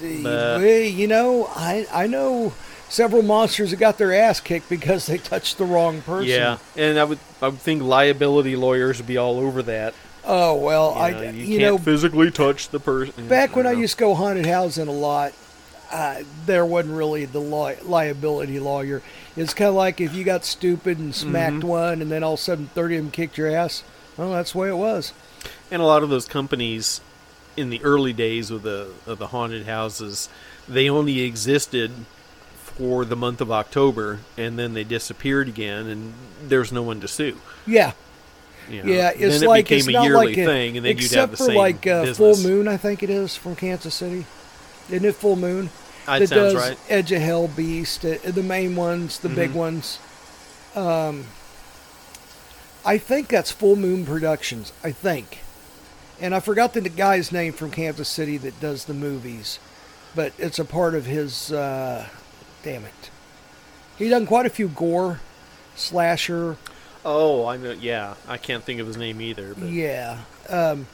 But-
well, you know, I, I know several monsters that got their ass kicked because they touched the wrong person.
yeah, and I would I would think liability lawyers would be all over that.
Oh well,
You
I
know, you,
you
can't
know
physically touch the person.
back when I
don't know.
used to go haunted housing a lot, uh, there wasn't really the li- liability lawyer. It's kind of like if you got stupid and smacked one, and then all of a sudden thirty of them kicked your ass. Well, that's the way it was.
And a lot of those companies in the early days of the of the haunted houses, they only existed for the month of October and then they disappeared again and there's no one to sue.
Yeah,
you know.
yeah. It's
then it
like
became
it's
a
not
yearly
like a-
thing and then
except
you'd have the
for
same
like uh,
business.
full moon. I think it is from Kansas City. Isn't it full moon?
That
that
sounds
does
right. Mm-hmm.
Edge of Hell, Beast, uh, the main ones, the big ones. Um, I think that's Full Moon Productions. I think, and I forgot the guy's name from Kansas City that does the movies, but it's a part of his. Uh, damn it, he done quite a few gore, slasher.
Oh, I know. Yeah, I can't think of his name either. But
Yeah. Um,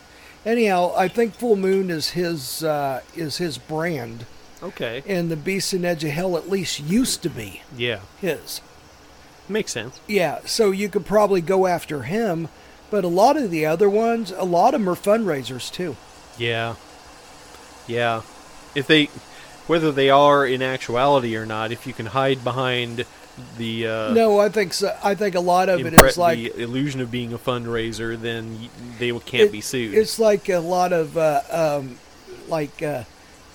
anyhow, I think Full Moon is his uh, is his brand,
okay.
and the Beast and Edge of Hell at least used to be
Yeah,
his.
makes sense.
Yeah, so you could probably go after him, but a lot of the other ones, a lot of them are fundraisers too.
Yeah, yeah. If they, whether they are in actuality or not, if you can hide behind the uh,
no, I think so. I think a lot of it
impre-
is like
the illusion of being a fundraiser, then y- they will- can't
it-
be sued.
It's like a lot of uh, um, like uh,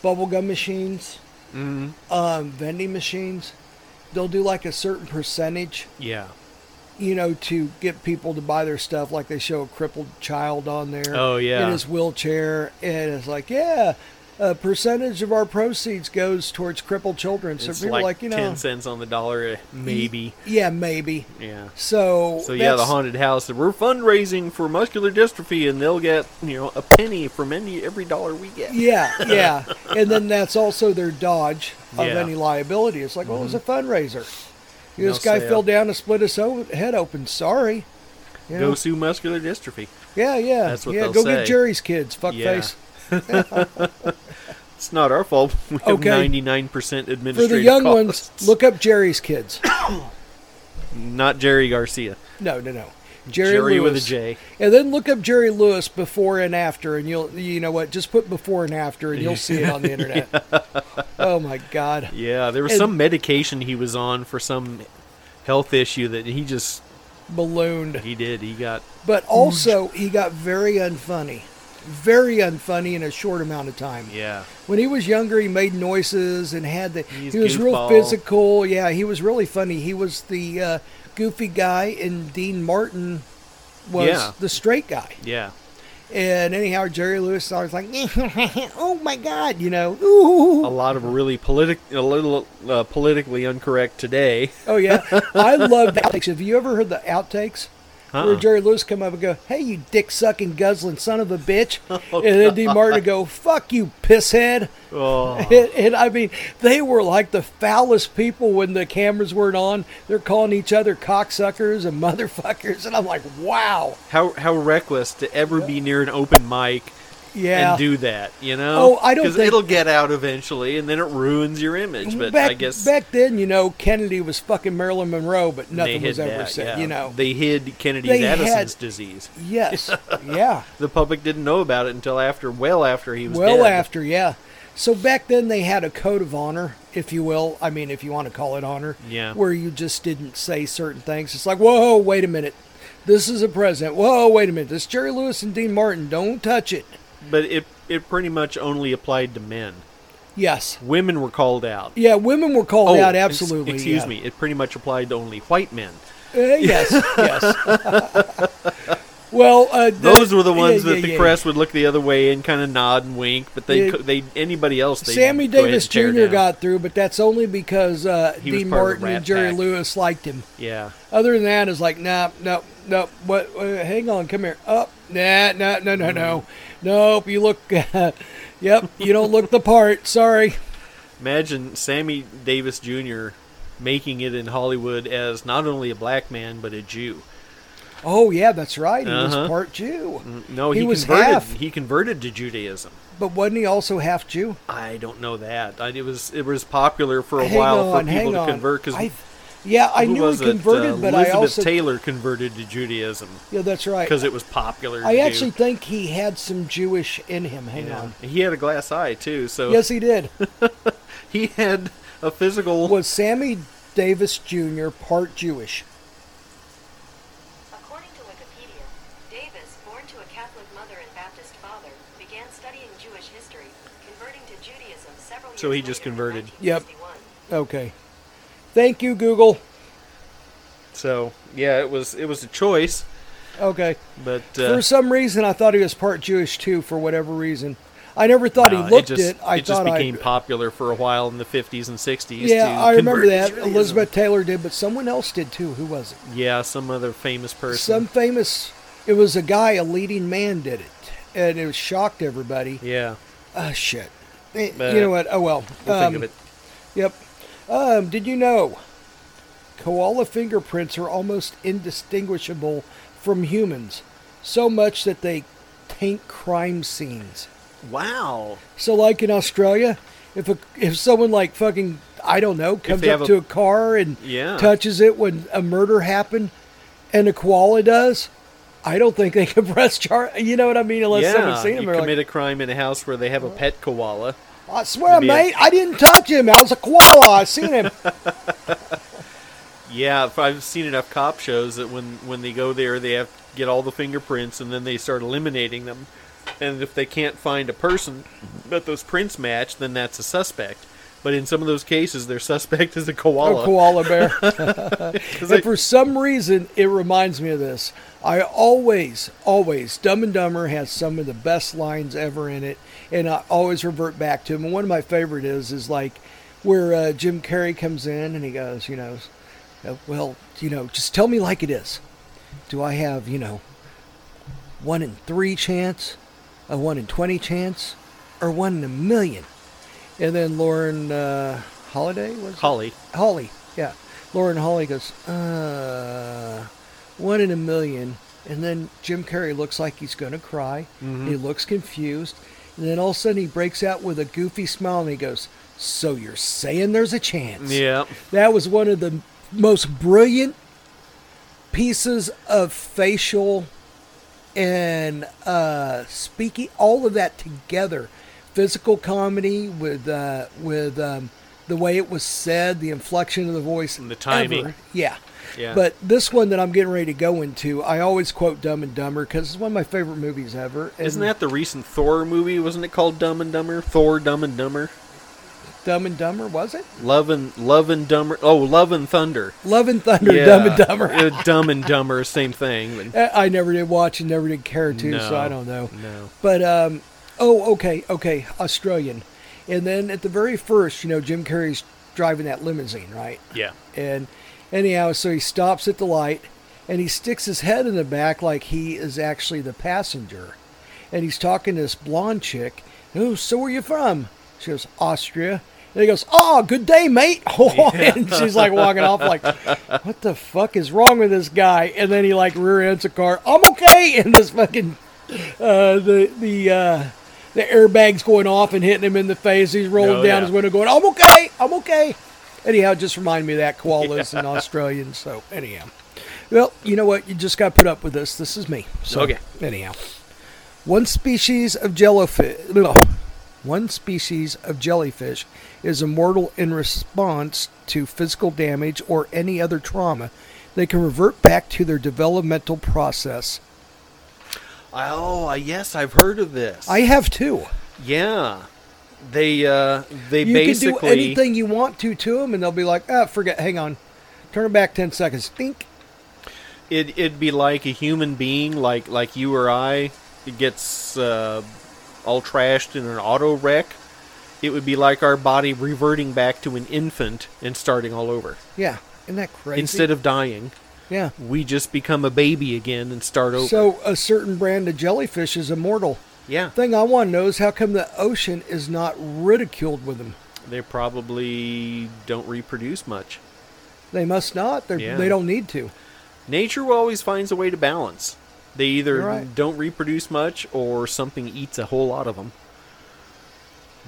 bubblegum machines,
Mm-hmm.
um, vending machines. They'll do like a certain percentage
yeah.
you know, to get people to buy their stuff. Like they show a crippled child on there.
Oh, yeah.
in his wheelchair, and it's like, yeah, a percentage of our proceeds goes towards crippled children. So
It's
people
like,
are like you know,
ten cents on the dollar, eh, maybe.
yeah, maybe.
Yeah.
So
So yeah, the
that's-
haunted house. We're fundraising for muscular dystrophy, and they'll get you know a penny from any every dollar we get.
Yeah, yeah, and then that's also their dodge of
Yeah. Mm-hmm.
any liability. It's like, well, it was a fundraiser. You know, this
No
guy
sale.
fell down and split his o- head open. Sorry. You know?
Go sue muscular dystrophy.
yeah, yeah,
That's what
yeah.
they'll
Go
say.
get Jerry's kids, fuckface.
Yeah. It's not our fault. We have
Okay.
99% administrative
For the young
costs.
ones, look up Jerry's kids.
Not Jerry Garcia.
No, no, no. Jerry,
Jerry
Lewis.
with a J.
And then look up Jerry Lewis before and after, and you'll, you know what, just put before and after, and you'll see it on the internet. Oh my God.
Yeah, there was
And-
some medication he was on for some health issue that he just
Ballooned.
he did. He got
But also, he got very unfunny. Very unfunny in a short amount of time.
yeah.
When he was younger, he made noises and had the.
He's
he was real
goofball.
physical. Yeah, he was really funny. He was the uh, goofy guy, and Dean Martin was
Yeah.
the straight guy.
Yeah.
And anyhow, Jerry Lewis I was like, "Oh my God," you know. Ooh.
A lot of really politic a little uh, politically incorrect today.
Oh yeah, I love the outtakes. Have you ever heard the outtakes? Where
Uh-uh.
Jerry Lewis come up and go, "Hey, you dick sucking guzzling son of a bitch," and then Dean Martin would go, "Fuck you, pisshead."
Oh.
And, and I mean, they were like the foulest people when the cameras weren't on. They're calling each other cocksuckers and motherfuckers, and I'm like, "Wow,
How how reckless to ever be near an open mic
yeah."
and do that, you know?
Oh, I don't
'Cause
think-
it'll get out eventually and then it ruins your image, but
back,
I guess
back then, you know, Kennedy was fucking Marilyn Monroe, but
they
nothing
hid
was ever
that,
said.
yeah.
You know,
They hid Kennedy's
They had-
Addison's disease.
yes, yeah,
The public didn't know about it until after, well after he was
well
dead.
after, yeah. So back then they had a code of honor, if you will. I mean, if you want to call it honor,
Yeah.
where you just didn't say certain things. It's like, whoa, wait a minute, this is a president. Whoa, wait a minute, this Jerry Lewis and Dean Martin. Don't touch it.
But it it pretty much only applied to men.
Yes,
Women were called out. Oh,
yeah, women were called out
ex-
absolutely.
Excuse
yeah.
me. It pretty much applied to only white men.
Uh, yes, yes. well, uh, the-
Those were the
yeah,
ones that
yeah,
the
yeah.
press would look the other way and kind of nod and wink. But they
Yeah.
cou- they anybody else. They
Sammy
go ahead
Davis
and tear
Jr.
down.
got through, but that's only because uh,
He was
Dean
part of
Martin
the
and
Rat
Jerry
Pack.
Lewis liked him.
yeah.
Other than that, it's like, nah, no, no. What? Uh, hang on, come here. Up, nah, nah, no, no, no, nope. You look, yep, you don't look the part. Sorry.
Imagine Sammy Davis Jr. making it in Hollywood as not only a black man but a Jew.
Oh yeah, that's right. He
Uh-huh. Mm,
was part Jew,
No, he,
He was
converted.
half.
He converted to Judaism.
but wasn't he also half Jew?
I don't know that. I, it was it was popular for a
hang
while
on,
for people
hang
to
on.
convert because
I- yeah, I knew he converted,
it? Uh,
but I
Elizabeth
also
Taylor converted to Judaism
yeah, that's right.
because it was popular.
I
to
actually
do.
think he had some Jewish in him. Hang
Yeah.
on.
he had a glass eye too, so
Yes, he did.
He had a physical.
Was Sammy Davis Jr. part Jewish?
According to Wikipedia, Davis, born to a Catholic mother and Baptist father, began studying Jewish history, converting to Judaism several years
So he just
later in
converted.
Yep.
1961.
Okay. Thank you, Google.
So yeah, it was it was a choice,
Okay.
but uh,
For some reason, I thought he was part Jewish too. For whatever reason, I never thought
no,
he looked
uh, it
it.
just
I
it just
thought
became
I.
popular for a while in the 50s and 60s. to
yeah, I remember
convert
that
to Judaism.
Elizabeth Taylor did, but someone else did too. Who was it?
Yeah, some other famous person.
Some famous. It was a guy, a leading man, did it, and it shocked everybody.
Yeah,
Ah, shit. Eh,
But-
you know what? Oh well.
we'll
um,
think of it.
Yep. Um, did you know koala fingerprints are almost indistinguishable from humans, so much that they taint crime scenes.
Wow.
So, like in Australia, if a, if someone like fucking I don't know comes
they
up
have
to
a-
a car and
Yeah.
touches it when a murder happened, and a koala does, I don't think they can press charge. You know what I mean? Unless
yeah,
someone's seen him,
you
they're
commit
like,
a crime in a house where they have a pet koala.
I swear,
be a-
mate, I didn't touch him. I was a koala. I seen him.
Yeah, if I've seen enough cop shows that when when they go there, they have to get all the fingerprints and then they start eliminating them. And if they can't find a person that those prints match, then that's a suspect. But in some of those cases, their suspect is a koala.
A Oh, koala bear.
'Cause
and
they-
for some reason, it reminds me of this. I always, always, Dumb and Dumber has some of the best lines ever in it, and I always revert back to him. And one of my favorite is is like where uh, Jim Carrey comes in and he goes, you know, uh, well, you know, just tell me like it is. Do I have, you know, one in three chance, a one in twenty chance, or one in a million? And then Lauren uh, Holiday was
Holly.
Holly, yeah. Lauren Holly goes, uh, one in a million. And then Jim Carrey looks like he's going to cry. He looks confused. And then all of a sudden he breaks out with a goofy smile and he goes, So you're saying there's a chance?
Yeah.
That was one of the most brilliant pieces of facial and uh, speaking, all of that together. Physical comedy with uh, with um, the way it was said, the inflection of the voice,
the timing.
ever. Yeah.
Yeah.
But this one that I'm getting ready to go into, I always quote Dumb and Dumber because it's one of my favorite movies ever. And
Isn't that the recent Thor movie? Wasn't it called Dumb and Dumber? Thor, Dumb and Dumber,
Dumb and Dumber? Was it
Love and Love and Dumber. Oh, Love and Thunder.
Love and Thunder?
Yeah.
Dumb and Dumber.
Yeah, Dumb and Dumber, same thing. but-
Uh, I never did watch and never did care to, so
No,
I don't know.
no.
But um, oh, okay, okay, Australian. And then at the very first, you know, Jim Carrey's driving that limousine, right?
Yeah.
And anyhow, so he stops at the light and he sticks his head in the back like he is actually the passenger. And he's talking to this blonde chick. Oh, so where you from? She goes, Austria. And he goes, Oh, good day, mate. and she's like walking off like, What the fuck is wrong with this guy? And then he like rear ends a car. I'm okay. And this fucking uh, the the uh, the airbags going off and hitting him in the face. He's rolling
Oh,
down
yeah.
his window, going, "I'm okay, I'm okay." Anyhow, just remind me of that koalas and Australians. So anyhow, well, you know what? You just got to put up with this. This is me. So
Okay.
Anyhow, one species of jellyfish. One species of jellyfish is immortal in response to physical damage or any other trauma. They can revert back to their developmental process.
Oh, I- yes, I've heard of this.
I have two.
yeah, they uh, they
you can
basically
do anything you want to to them, and they'll be like, "Ah, forget. Hang on, turn it back ten seconds." Think.
it it'd be like a human being, like like you or I, it gets uh, all trashed in an auto wreck. It would be like our body reverting back to an infant and starting all over.
Yeah, isn't that crazy?
Instead of dying,
yeah.
we just become a baby again and start over.
So a certain brand of jellyfish is immortal.
yeah,
Thing I want to know is how come the ocean is not ridiculed with them?
they probably don't reproduce much.
They must not. They
Yeah.
they don't need to.
Nature always finds a way to balance. They either
You're right.
don't reproduce much or something eats a whole lot of them.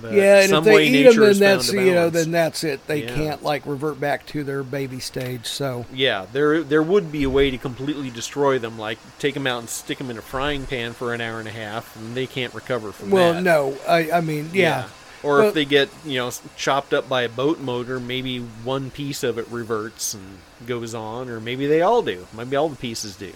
But
yeah, and if
Uh, some
they
way
eat them,
nature
then
has
that's
found a
you know,
balance.
then that's it. They
Yeah.
can't like revert back to their baby stage. So
yeah, there there would be a way to completely destroy them, like take them out and stick them in a frying pan for an hour and a half, and they can't recover from
well,
that.
no, I I mean, yeah.
Yeah. Or
Well-
if they get you know chopped up by a boat motor, maybe one piece of it reverts and goes on, or maybe they all do. Maybe all the pieces do.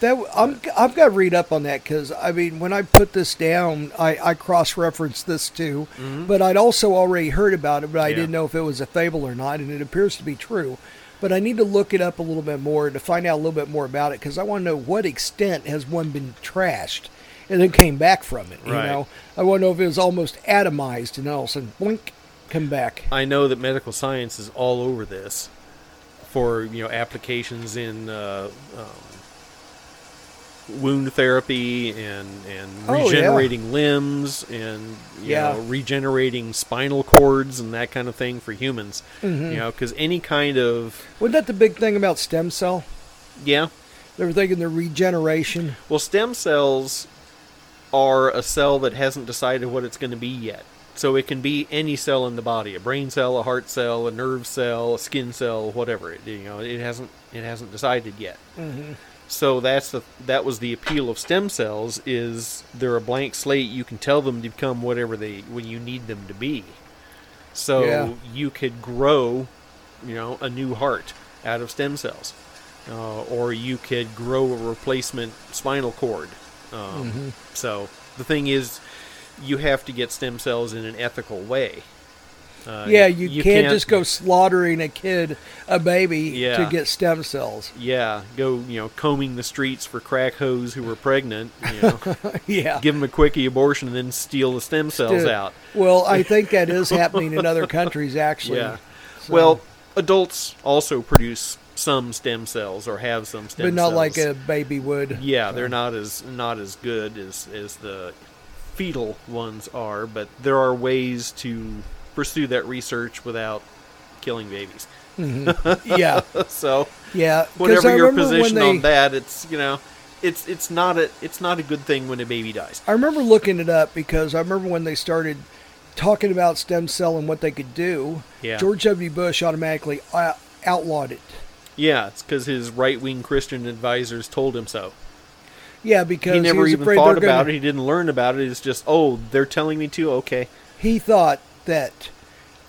That I'm I've got to read up on that because I mean when I put this down I, I cross referenced this too, but I'd also already heard about it, but I
Mm-hmm. Yeah.
didn't know if it was a fable or not, and it appears to be true. But I need to look it up a little bit more to find out a little bit more about it because I want to know what extent has one been trashed, and then came back from it. You
Right.
know, I want to know if it was almost atomized and all of a sudden blink, come back.
I know that medical science is all over this for you know applications in uh, um, wound therapy and and
Oh, yeah.
regenerating limbs and you
Yeah.
know regenerating spinal cords and that kind of thing for humans.
Mm-hmm.
You know, because any kind of
Wasn't that the big thing about stem cell?
yeah,
They were thinking the regeneration.
well, stem cells are a cell that hasn't decided what it's going to be yet. So it can be any cell in the body, a brain cell, a heart cell, a nerve cell, a skin cell, whatever. It, you know, it hasn't it hasn't decided yet. So that's the that was the appeal of stem cells is they're a blank slate. You can tell them to become whatever they when you need them to be. So
Yeah.
you could grow, you know, a new heart out of stem cells, uh, or you could grow a replacement spinal cord. Um, So the thing is, you have to get stem cells in an ethical way. Uh,
Yeah, you, can't, just go slaughtering a kid, a baby, to
Yeah.
get stem cells.
Yeah, go you know combing the streets for crack hoes who were pregnant. You know.
yeah.
give them a quickie abortion and then steal the stem cells
Dude,
out.
Well, I think that is happening in other countries, actually.
Yeah.
So-
Well, adults also produce some stem cells or have some stem
but not
cells.
like a Oh. baby would.
Yeah, they're not as not as good as as the fetal ones are, but there are ways to pursue that research without killing babies.
yeah,
so,
yeah. 'Cause I
whatever your
remember when
position
they,
on that, it's, you know, it's it's not a it's not a good thing when a baby dies.
I remember looking it up because I remember when they started talking about stem cell and what they could do.
Yeah.
George W. Bush automatically uh, outlawed it.
Yeah, it's cuz his right-wing Christian advisors told him so.
Yeah, because
he never
was
even
afraid
thought
they're gonna-
about it. He didn't learn about it. It's just, oh, they're telling me to. Okay,
he thought that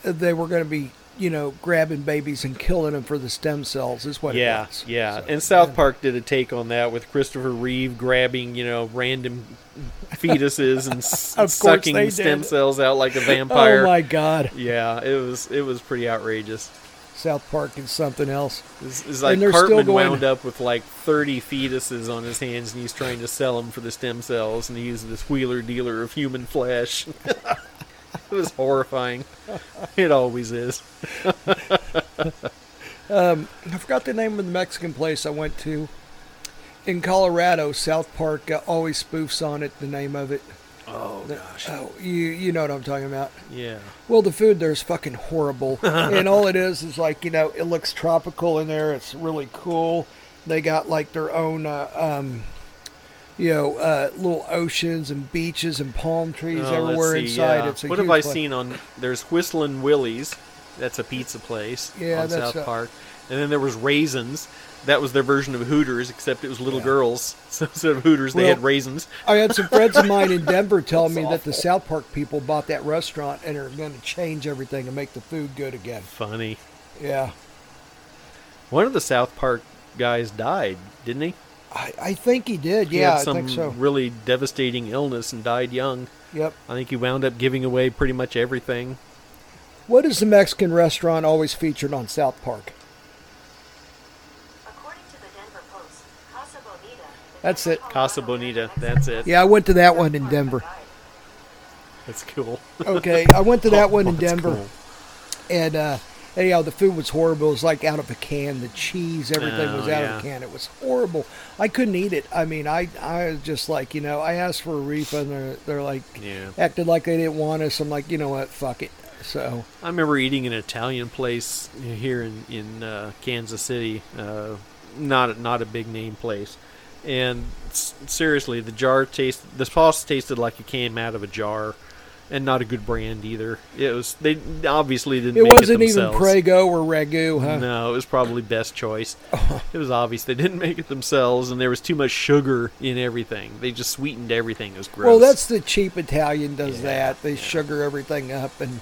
they were going to be, you know, grabbing babies and killing them for the stem cells. Is what
yeah,
it was.
yeah.
So-
and South Park did a take on that with Christopher Reeve grabbing, you know, random fetuses and s-
course they
sucking stem
did.
cells out like a
Oh
vampire.
my God,
Yeah, it was it was pretty outrageous.
South Park is something else.
It's, it's like
they're still
Cartman
going-
wound up with like thirty fetuses on his hands, and he's trying to sell them for the stem cells, and he's this wheeler dealer of human flesh. it was horrifying. It always is.
I forgot the name of the Mexican place I went to in Colorado. South Park uh, always spoofs on it. The name of it.
Oh
Oh, you you know what I'm talking about.
Yeah.
Well, the food there is fucking horrible, and all it is is like you know it looks tropical in there. It's really cool. They got like their own, uh, um, you know, uh, little oceans and beaches and palm trees
Oh, let's
everywhere
see,
inside.
yeah.
It's a
what
huge
have I
place.
seen on? There's Whistling Willie's. That's a pizza place
Yeah,
on
that's
South
a-
Park. And then there was Raisins. That was their version of Hooters, except it was little girls. So instead of Hooters, they had
Well-
raisins.
I had some friends of mine in Denver tell me that the
awful.
South Park people bought that restaurant and are going to change everything and make the food good again.
Funny.
Yeah,
One of the South Park guys died, didn't he?
I, I think he did.
He
yeah,
had some
I think so.
really devastating illness and died young.
Yep.
I think he wound up giving away pretty much everything.
What is the Mexican restaurant always featured on South Park?
According to the Denver Post, Casa Bonita. the
That's
Denver
it.
Colorado
Casa Bonita,
Mexican
that's it.
Yeah, I went to that one in Denver.
That's cool.
Okay, I went to that one in
Oh, That's
Denver,
cool.
and uh, anyhow, the food was horrible. It was like out of a can. The cheese, everything was
Oh,
out
yeah.
of a can. It was horrible. I couldn't eat it. I mean, I I was just like, you know, I asked for a refund. They're, they're like,
Yeah.
acted like they didn't want us. I'm like, you know what, fuck it. So
I remember eating an Italian place here in in uh, Kansas City, uh, not not a big name place, and s- seriously, the jar tasted the sauce tasted like it came out of a jar, and not a good brand either. It was they obviously didn't.
It
make
wasn't even
themselves.
Prego or Ragu, huh?
No, it was probably best choice.
Oh.
It was obvious they didn't make it themselves, and there was too much sugar in everything. They just sweetened everything. It was gross.
Well, that's the cheap Italian does that. They sugar everything up, and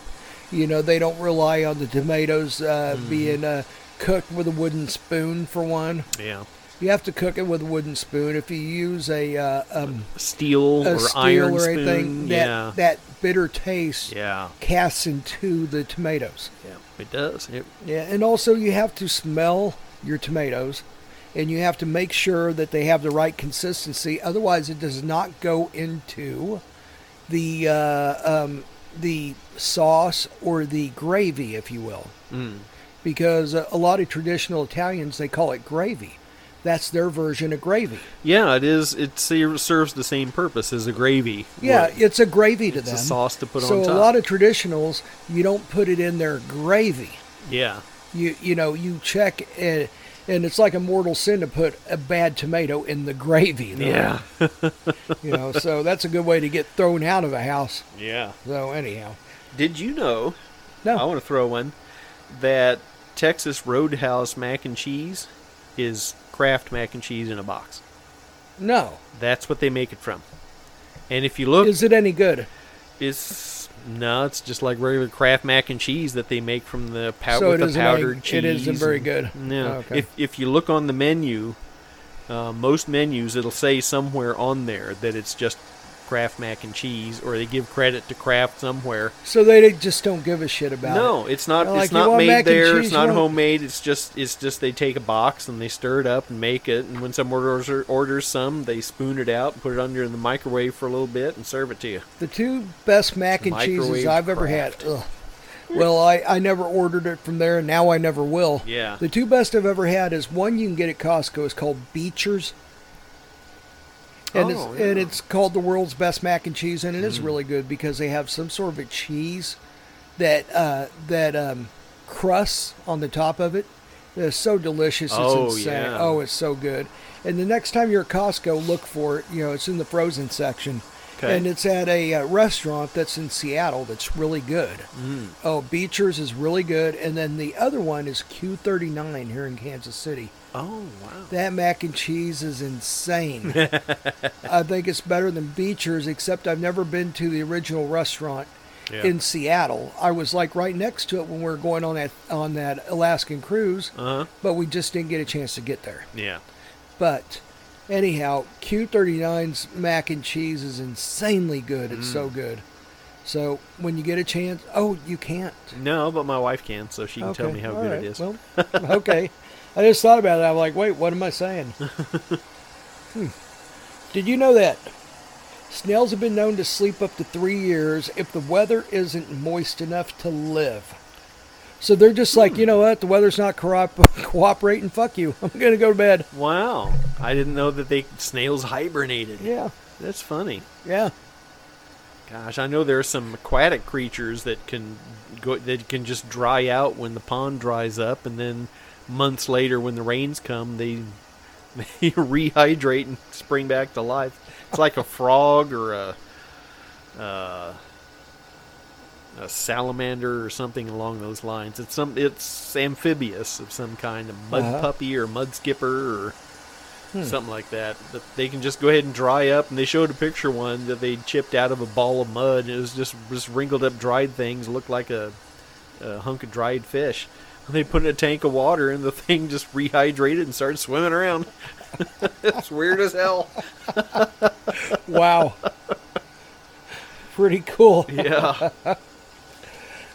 you know they don't rely on the tomatoes uh,
Mm-hmm.
being uh, cooked with a wooden spoon. For one,
yeah,
you have to cook it with a wooden spoon. If you use a, uh, um,
steel
a
or
steel
iron
or
spoon.
anything, that
yeah,
that bitter taste
yeah,
casts into the tomatoes.
yeah. It does. It,
Yeah, and also you have to smell your tomatoes and you have to make sure that they have the right consistency. Otherwise, it does not go into the uh, um, the sauce or the gravy, if you will.
Mm.
Because a a lot of traditional Italians, they call it gravy. That's their version of gravy.
yeah, it is. It ser- serves the same purpose as a gravy.
Yeah,
would.
it's a gravy to
It's a
them.
sauce to put
so
on
a
top.
lot of traditionals, you don't put it in their gravy.
yeah.
you you know you check and and it's like a mortal sin to put a bad tomato in the gravy though.
Yeah,
you know so that's a good way to get thrown out of a house
yeah. Oh.
so anyhow
Did you know?
No.
I want to throw one that Texas Roadhouse mac and cheese is Kraft mac and cheese in a box.
no
That's what they make it from. And if you look,
is it any good
it's no, it's just like regular Kraft mac and cheese that they make from the pow-
So
with
it
the
isn't any-
powdered cheese.
it isn't very
and-
good.
No,
Oh, okay.
if if you look on the menu, uh, most menus it'll say somewhere on there that it's just Kraft mac and cheese, or they give credit to Kraft somewhere.
so they just don't give a shit about it
No, it's not.
They're like,
it's
"You
not
want mac
made
and
there.
cheese?
It's
You
not
want-"
homemade. It's just. It's just they take a box and they stir it up and make it. And when someone orders orders some, they spoon it out, put it under in the microwave for a little bit, and serve it to you.
the two best mac and cheeses
Microwave
i've ever
Kraft.
had ugh. well I, I never ordered it from there and now i never will
Yeah.
the two best i've ever had is one you can get at costco it's called beecher's and,
Oh,
it's,
yeah. Hmm.
and it's called the world's best mac and cheese, and it is really good because they have some sort of a cheese that uh, that um, crusts on the top of it. It's so delicious, it's
Oh,
insane.
yeah.
Oh, it's so good. And the next time you're at Costco, look for it. You know, it's in the frozen section,
Okay.
and it's at a uh, restaurant that's in Seattle that's really good.
Mm.
Oh, Beecher's is really good, and then the other one is Q39 here in Kansas City.
Oh wow!
That mac and cheese is insane. I think it's better than Beecher's, except I've never been to the original restaurant
Yeah.
in Seattle. I was like right next to it when we were going on that on that Alaskan cruise,
Uh-huh.
but we just didn't get a chance to get there.
Yeah.
But anyhow, Q39's mac and cheese is insanely good. It's so
Mm.
good. So when you get a chance, oh, you can't.
No, but my wife can, so she can tell me how
all
good
right,
it is.
Well, okay. I just thought about it. I'm like, wait, what am I saying? hmm. Did you know that? Snails have been known to sleep up to three years if the weather isn't moist enough to live. So they're just like,
Hmm.
you know what? The weather's not coop- cooperating. Fuck you. I'm going to go to bed.
wow! I didn't know that they snails hibernated.
Yeah.
That's funny.
Yeah.
Gosh, I know there are some aquatic creatures that can go that can just dry out when the pond dries up, and then months later, when the rains come, they they rehydrate and spring back to life. It's like a frog or a uh, a salamander or something along those lines. It's some it's amphibious of some kind, a mud
Uh-huh.
puppy or mud skipper or something like that. That they can just go ahead and dry up. And they showed a picture one that they chipped out of a ball of mud. And it was just just wrinkled up, dried things. Looked like a, a hunk of dried fish. And they put it in a tank of water, and the thing just rehydrated and started swimming around. it's weird as hell.
Wow. Pretty cool.
Yeah.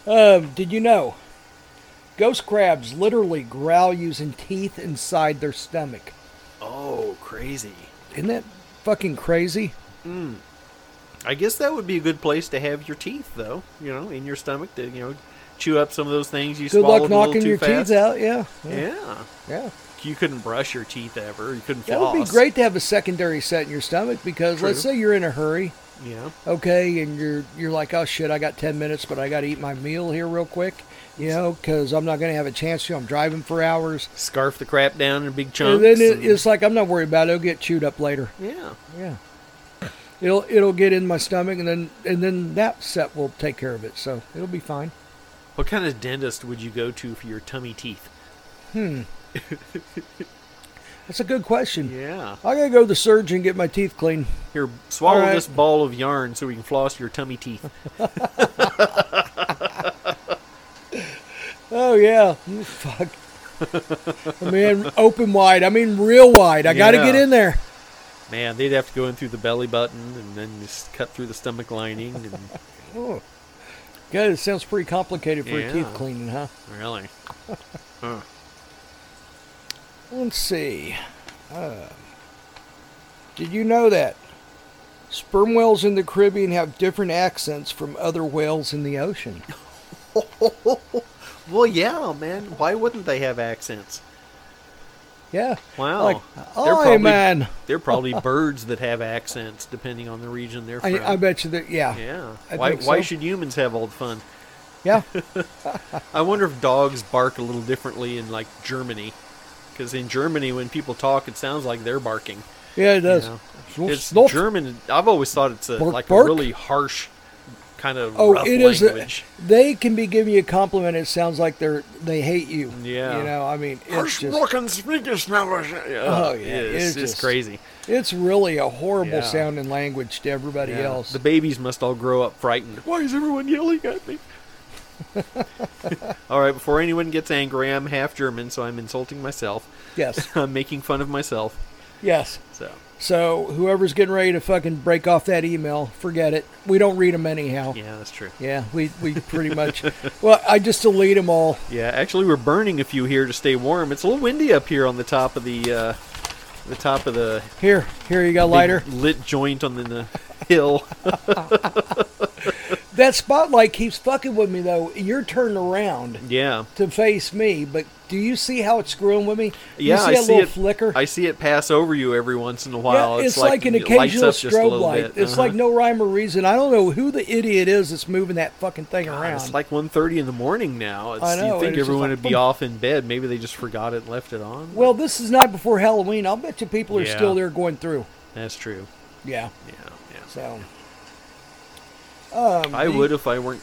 Um, did you know? Ghost crabs literally growl using teeth inside their stomach.
Oh, crazy.
Isn't that fucking crazy?
I guess that would be a good place to have your teeth, though. You know, in your stomach to you know chew up some of those things you
Good
swallowed
luck
a little
knocking
too
your
fast.
teeth out. Yeah.
Yeah.
Yeah.
You couldn't brush your teeth ever. You couldn't
That
floss.
would be great to have a secondary set in your stomach because let's
True.
say you're in a hurry,
Yeah.
okay, and you're you're like, oh shit, I got ten minutes, but I got to eat my meal here real quick, you know, because I'm not gonna have a chance to. I'm driving for hours,
Scarf the crap down in big chunks.
and then it,
and-
it's like I'm not worried about it. It'll get chewed up later.
yeah.
Yeah. it'll it'll get in my stomach, and then and then that set will take care of it. So it'll be fine.
What kind of dentist would you go to for your tummy teeth?
That's a good question.
Yeah.
I gotta go to the surgeon get my teeth cleaned.
Here, swallow
All right.
this ball of yarn so we can floss your tummy teeth.
Oh yeah, Mm, fuck. I mean, open wide. I mean, real wide. I gotta
Yeah.
get in there.
Man, they'd have to go in through the belly button and then just cut through the stomach lining. And
Good. It sounds pretty complicated for a teeth
Yeah.
cleaning, huh?
really,
Let's see. Uh, did you know that sperm whales in the Caribbean have different accents from other whales in the ocean?
well, yeah, man. Why wouldn't they have accents?
Yeah.
Wow,
Like,
They're
"Aye,
probably-
man."
They're probably birds that have accents, depending on the region they're from.
I, I bet you that. Yeah.
yeah.
I
why?
think
Why
so.
should humans have all the fun?
Yeah.
I wonder if dogs bark a little differently in like Germany, because in Germany, when people talk, it sounds like they're barking.
Yeah, it does.
know,
Snort,
it's
snort.
German. I've always thought it's a,
Bark,
like
bark.
a really harsh kind of
Oh,
rough
it is. A,
language.
they can be giving you a compliment. It sounds like they're they hate you.
Yeah.
You know, I mean, it's just
Oh
Oh, yeah, it's
it's, just
just-
crazy.
it's really a horrible
Yeah.
sounding language to everybody
Yeah.
else.
The babies must all grow up frightened. Why is everyone yelling at me? all right, before anyone gets angry, I'm half German, so I'm insulting myself.
yes.
I'm making fun of myself.
Yes.
So
So whoever's getting ready to fucking break off that email, forget it. We don't read them anyhow.
yeah, that's true.
Yeah, we, we pretty much. well, I just delete them all.
Yeah, actually, we're burning a few here to stay warm. It's a little windy up here on the top of the uh, the top of the
Here, here you got
big
lighter.
lit joint on the, the hill.
That spotlight keeps fucking with me though. You're turned around
yeah,
to face me, but do you see how it's screwing with me?
yeah.
you see
I
a
see
little
it.
flicker.
I see it pass over you every once in a
yeah,
while.
it's,
like,
like, an
it lights
occasional
up just a
strobe
little
light.
Bit.
It's like
Uh-huh.
no rhyme or reason. I don't know who the idiot is that's moving that fucking thing
God,
around.
it's like 1.30 in the morning now. It's,
I know, and
you
it's
think
just
everyone
like,
would be
boom.
off in bed. Maybe they just forgot it and left it on.
well, this is night before Halloween. I'll bet you people are
Yeah.
still there going through.
That's true.
Yeah.
Yeah, yeah.
So um,
I would if I weren't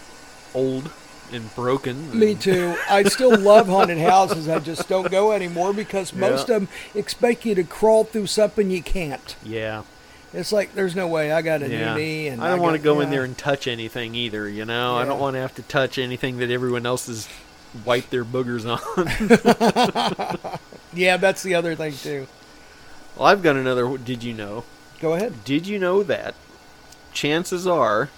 old and broken.
me
and-
too. I still love haunted houses. I just don't go anymore because most of
Yeah.
'em of them expect you to crawl through something you can't.
Yeah,
It's like there's no way. I got a
yeah.
new knee, and
I don't want to
got-
go
yeah.
in there and touch anything either. You know, I don't
Yeah.
want to have to touch anything that everyone else has wiped their boogers on.
Yeah, that's the other thing too.
well, I've got another. Did you know?
Go ahead.
Did you know that? Chances are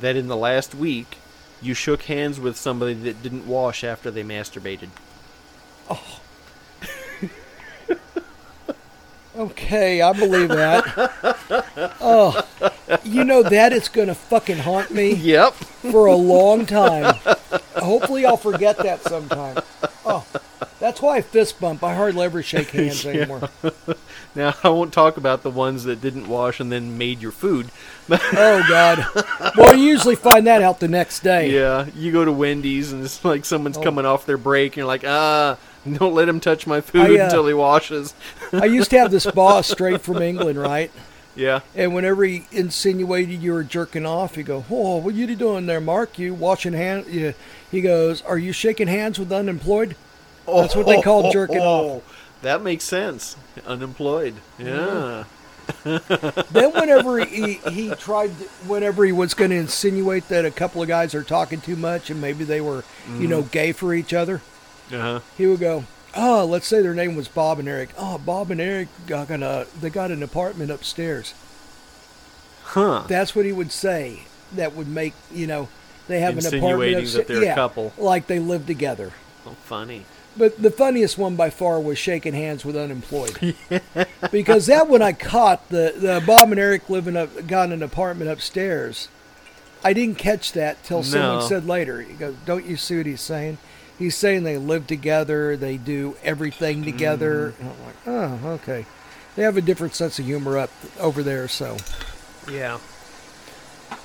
that in the last week you shook hands with somebody that didn't wash after they masturbated.
Okay, I believe that. oh, you know that it's gonna fucking haunt me
Yep.
for a long time. Hopefully, I'll forget that sometime. Oh, that's why I fist bump. I hardly ever shake hands anymore.
Now I won't talk about the ones that didn't wash and then made your food.
Oh God. Well, you usually find that out the next day.
Yeah, you go to Wendy's and it's like someone's coming off their break and you're like, ah, don't let him touch my food
Oh. I, uh,
until he washes.
I used to have this boss straight from England, right?
Yeah.
And whenever he insinuated you were jerking off, he go, "Oh, what you doing there, Mark? You washing hand?" You, he goes, "Are you shaking hands with unemployed?" That's what they call jerking off.
Oh, That makes sense. Unemployed.
Mm-hmm.
Yeah.
Then whenever he, he tried, to- whenever he was going to insinuate that a couple of guys are talking too much and maybe they were, you know, gay for each other,
Uh-huh.
he would go, "Oh, let's say their name was Bob and Eric. Oh, Bob and Eric got gonna, they got an apartment upstairs."
Huh.
That's what he would say. That would make you know they have an apartment.
Insinuating that
upsta-
they're a
yeah,
couple.
like they live together.
Oh, funny.
But the funniest one by far was shaking hands with unemployed, because that one I caught the the Bob and Eric living up got an apartment upstairs. I didn't catch that till someone
No.
said later. He goes, "Don't you see what he's saying? He's saying they live together, they do everything together." And I'm like, "Oh, okay." They have a different sense of humor up over there, so.
Yeah.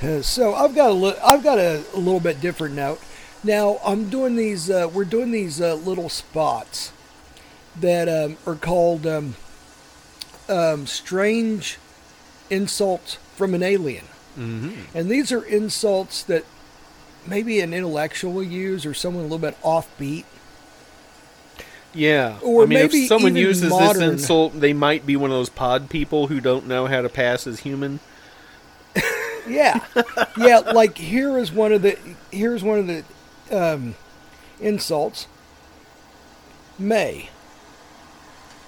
Uh, So I've got a li- I've got a, a little bit different note. Now I'm doing these. Uh, we're doing these uh, little spots that um, are called um, um, strange insult from an alien. And these are insults that maybe an intellectual will use or someone a little bit offbeat.
Yeah.
Or
I mean,
maybe
if someone
even
uses
modern.
this insult, they might be one of those pod people who don't know how to pass as human.
Yeah, yeah. Like here is one of the here's one of the um, insults. May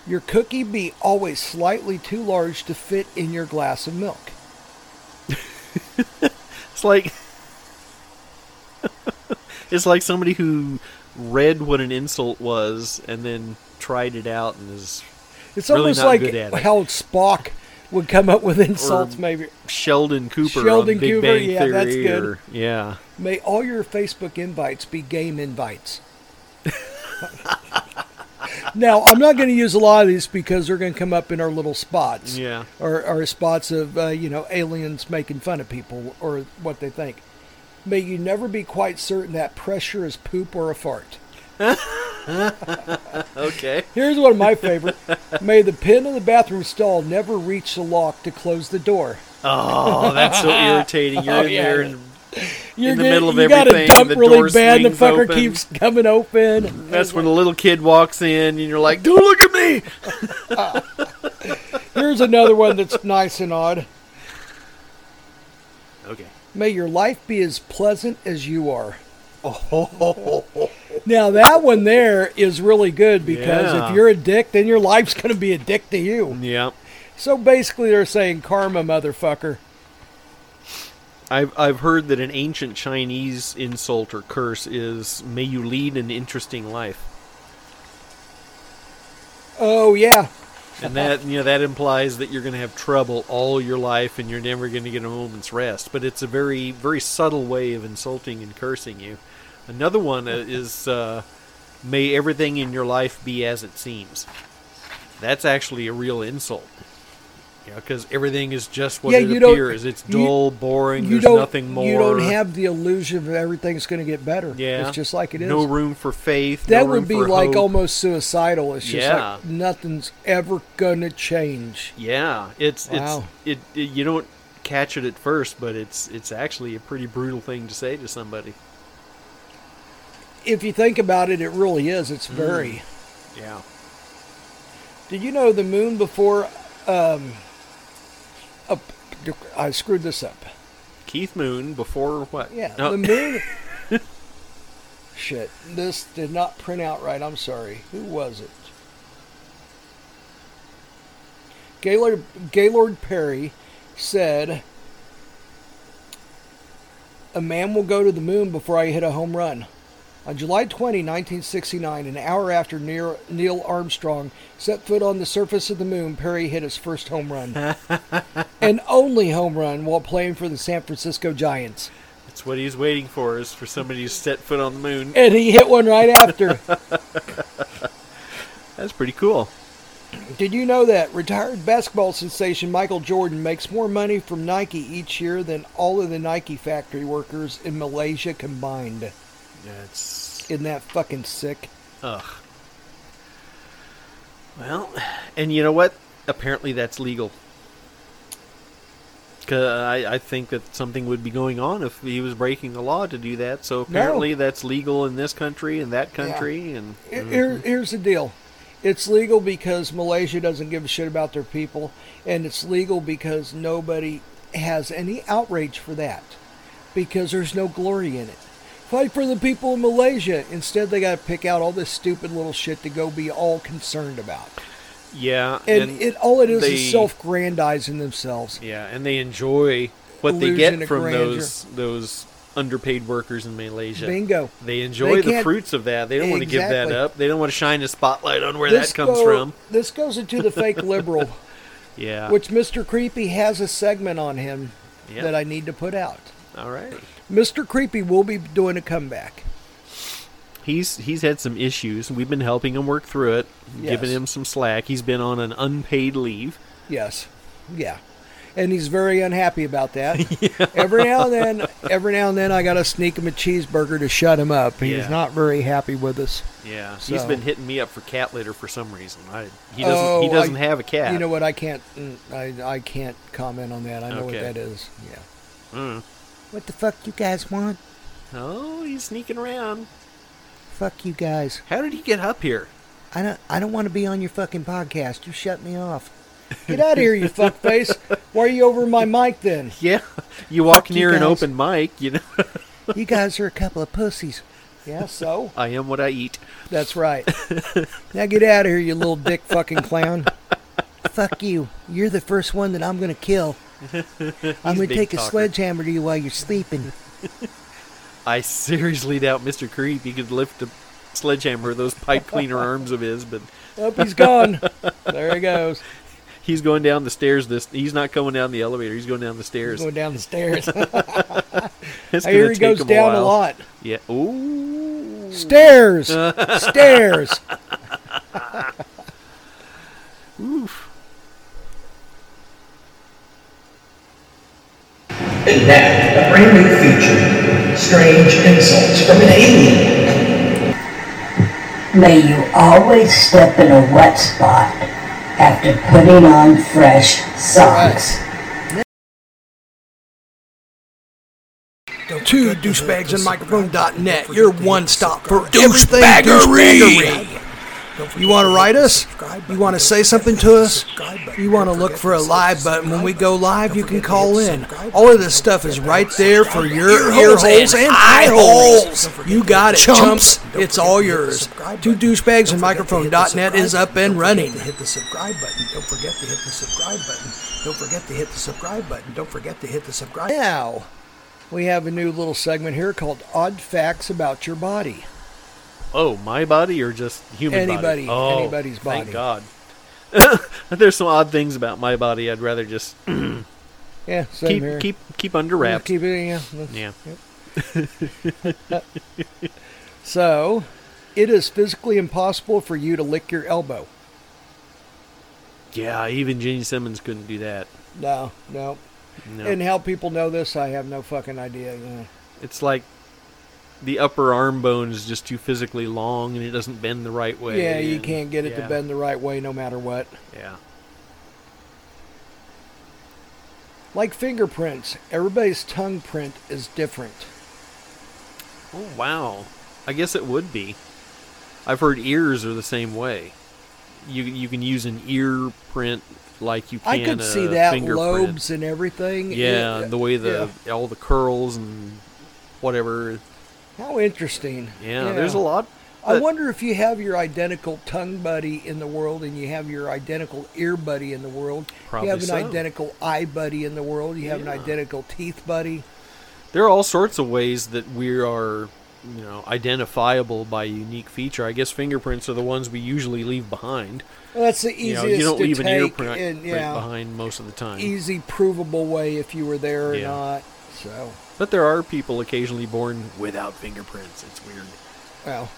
your cookie be always slightly too large to fit in your glass of milk.
It's like it's like somebody who read what an insult was and then tried it out and is
It's
Really
almost
not
like
good at it.
how Spock would come up with insults. maybe
Sheldon Cooper
Sheldon
on Big
Cooper,
Bang
yeah,
Theory.
that's good.
Or, yeah.
may all your Facebook invites be game invites. now I'm not going to use a lot of these because they're going to come up in our little spots.
Yeah.
or, or spots of uh, you know aliens making fun of people or what they think. May you never be quite certain that pressure is poop or a fart.
Okay.
Here's one of my favorite. May the pin in the bathroom stall never reach the lock to close the door.
Oh, that's so irritating. You're in there and
You're
In the
gonna-
middle of
you gotta
everything,
dump
the
really
door
bad. The
swings
fucker
open.
keeps coming open.
that's when a little kid walks in and you're like, "Don't look at me."
Here's another one that's nice and odd.
Okay.
May your life be as pleasant as you are. now that one there is really good because
Yeah.
if you're a dick, then your life's going to be a dick to you.
Yeah.
So basically, they're saying karma, motherfucker.
I've I've heard that an ancient Chinese insult or curse is "May you lead an interesting life,"
Oh yeah,
and that you know that implies that you're going to have trouble all your life and you're never going to get a moment's rest. But it's a very very subtle way of insulting and cursing you. Another one uh, is uh, "May everything in your life be as it seems." That's actually a real insult. You because everything is just what
Yeah,
it
you don't-
appears. It's
you-
dull, boring.
you
there's
don't
nothing more.
you don't have the illusion that everything's going to get better.
Yeah,
it's just like it is.
No room for faith.
that
no room
would be
for
like
hope.
almost suicidal. It's just
Yeah.
like nothing's ever going to change.
Yeah, it's
Wow.
it's it, it. You don't catch it at first, but it's it's actually a pretty brutal thing to say to somebody.
If you think about it, it really is. It's very.
Yeah.
Did you know the moon before? Um, up, I screwed this up.
Keith Moon before what?
Yeah,
No,
the moon. Shit, this did not print out right. I'm sorry. Who was it? Gaylord Gaylord Perry said, "A man will go to the moon before I hit a home run." On July 20, 1969, an hour after Neil, Neil Armstrong set foot on the surface of the moon, Perry hit his first home run. and only home run while playing for the San Francisco Giants.
that's what he's waiting for is for somebody to set foot on the moon.
and he hit one right after.
That's pretty cool.
Did you know that retired basketball sensation Michael Jordan makes more money from Nike each year than all of the Nike factory workers in Malaysia combined?
That's
Isn't that fucking sick?
ugh. Well, and you know what? Apparently, that's legal. 'Cause I, I think that something would be going on if he was breaking the law to do that. So apparently, that's legal in this country and that country, and
Here- Here, here's the deal. It's legal because Malaysia doesn't give a shit about their people, and it's legal because nobody has any outrage for that, because there's no glory in it. Fight for the people of Malaysia. Instead, they got to pick out all this stupid little shit to go be all concerned about.
yeah,
and, it all it is
they-
is self-grandizing themselves.
Yeah, and they enjoy what they
Illusion
get
of
from
grandeur.
those those underpaid workers in Malaysia.
Bingo.
They enjoy
They
the
can't-
fruits of that. They don't want to give that
Exactly.
up. They don't want to shine a spotlight on where that comes
go-
from.
This goes into the fake liberal,
Yeah.
which Mr. Creepy has a segment on him
Yeah.
that I need to put out.
All right.
Mr. Creepy will be doing a comeback.
He's he's had some issues. We've been helping him work through it, giving
Yes.
him some slack. He's been on an unpaid leave.
Yes. Yeah. and he's very unhappy about that. Every now and then, every now and then, I gotta sneak him a cheeseburger to shut him up. He's
Yeah.
not very happy with us.
Yeah, he's
So-
been hitting me up for cat litter for some reason. I he doesn't
Oh,
he
I-
doesn't have a cat.
You know what? I can't. mm, I I can't comment on that. I know
Okay. Hmm.
what that is. Yeah. What the fuck you guys want?
Oh, he's sneaking around.
Fuck you guys.
How did he get up here?
I don't. I don't want to be on your fucking podcast. You shut me off. Get out of here, you fuckface. Why are you over my mic then?
Yeah, you walk
Fuck you
near an
guys.
open mic. You know,
You guys are a couple of pussies. Yeah. So.
I am what I eat.
That's right. now get out of here, you little dick fucking clown. Fuck you. You're the first one that I'm going to kill. I'm going
a
to
big
take a
talker.
sledgehammer to you while you're sleeping.
I seriously doubt Mr. Creepy could lift a sledgehammer with those pipe cleaner arms of his, but
Up he's gone. There he goes.
he's going down the stairs. This he's not coming down the elevator. He's going down the stairs.
Going down the stairs.
It's
I
gonna
hear he
take
goes
him
down a,
while.
lot.
Yeah. Ooh.
Stairs. stairs.
Oof.
And now, a brand new feature strange insults from an alien.
May you always step in a wet spot after putting on fresh socks.
To douchebagsinmicrophone.net, your one stop for everything douchebaggery. You want to write us? You want to say something to us? You want to look for a live button when we go live? You can call in. All of this stuff is right there for your ear holes and eye holes. You got it, chumps. It's all yours. To douchebagsinmicrophone.net is up and running.
Hit the subscribe button. Don't forget to hit the subscribe button. Don't forget to hit the subscribe button. Don't forget to hit the subscribe.
Now, we have a new little segment here called Odd Facts About Your Body.
Oh, my body or just human body?
Anybody-
Oh,
anybody's body.
Thank God. There's some odd things about my body. I'd rather just
Yeah, same
keep
here.
keep keep under
Yeah,
wraps.
keep it, yeah. let's-
Yeah.
So, it is physically impossible for you to lick your elbow.
Yeah, even Gene Simmons couldn't do that.
No, no.
No.
And how people know this, I have no fucking idea. Yeah.
it's like the upper arm bone is just too physically long and it doesn't bend the right way.
Yeah, you
and-
can't get it
yeah,
to bend the right way no matter what.
Yeah.
Like fingerprints, everybody's tongue print is different.
Oh, wow. I guess it would be. I've heard ears are the same way. You you can use an ear print like you can
I could
a
see that
fingerprint.
lobes and everything.
Yeah,
It-
the way the all the curls and whatever.
yeah. how interesting.
Yeah, there's a lot.
I
that-
wonder if you have your identical tongue buddy in the world and you have your identical ear buddy in the world.
Probably
you have an
so.
identical eye buddy in the world. You have
Yeah.
an identical teeth buddy.
There are all sorts of ways that we are, you know, identifiable by unique feature. I guess fingerprints are the ones we usually leave behind.
Well, that's the
you
easiest
know, you don't
to
leave an
take
ear print,
and,
print
yeah,
behind most of the time.
easy provable way if you were there or
Yeah.
not. So,
But there are people occasionally born without fingerprints. It's weird.
well,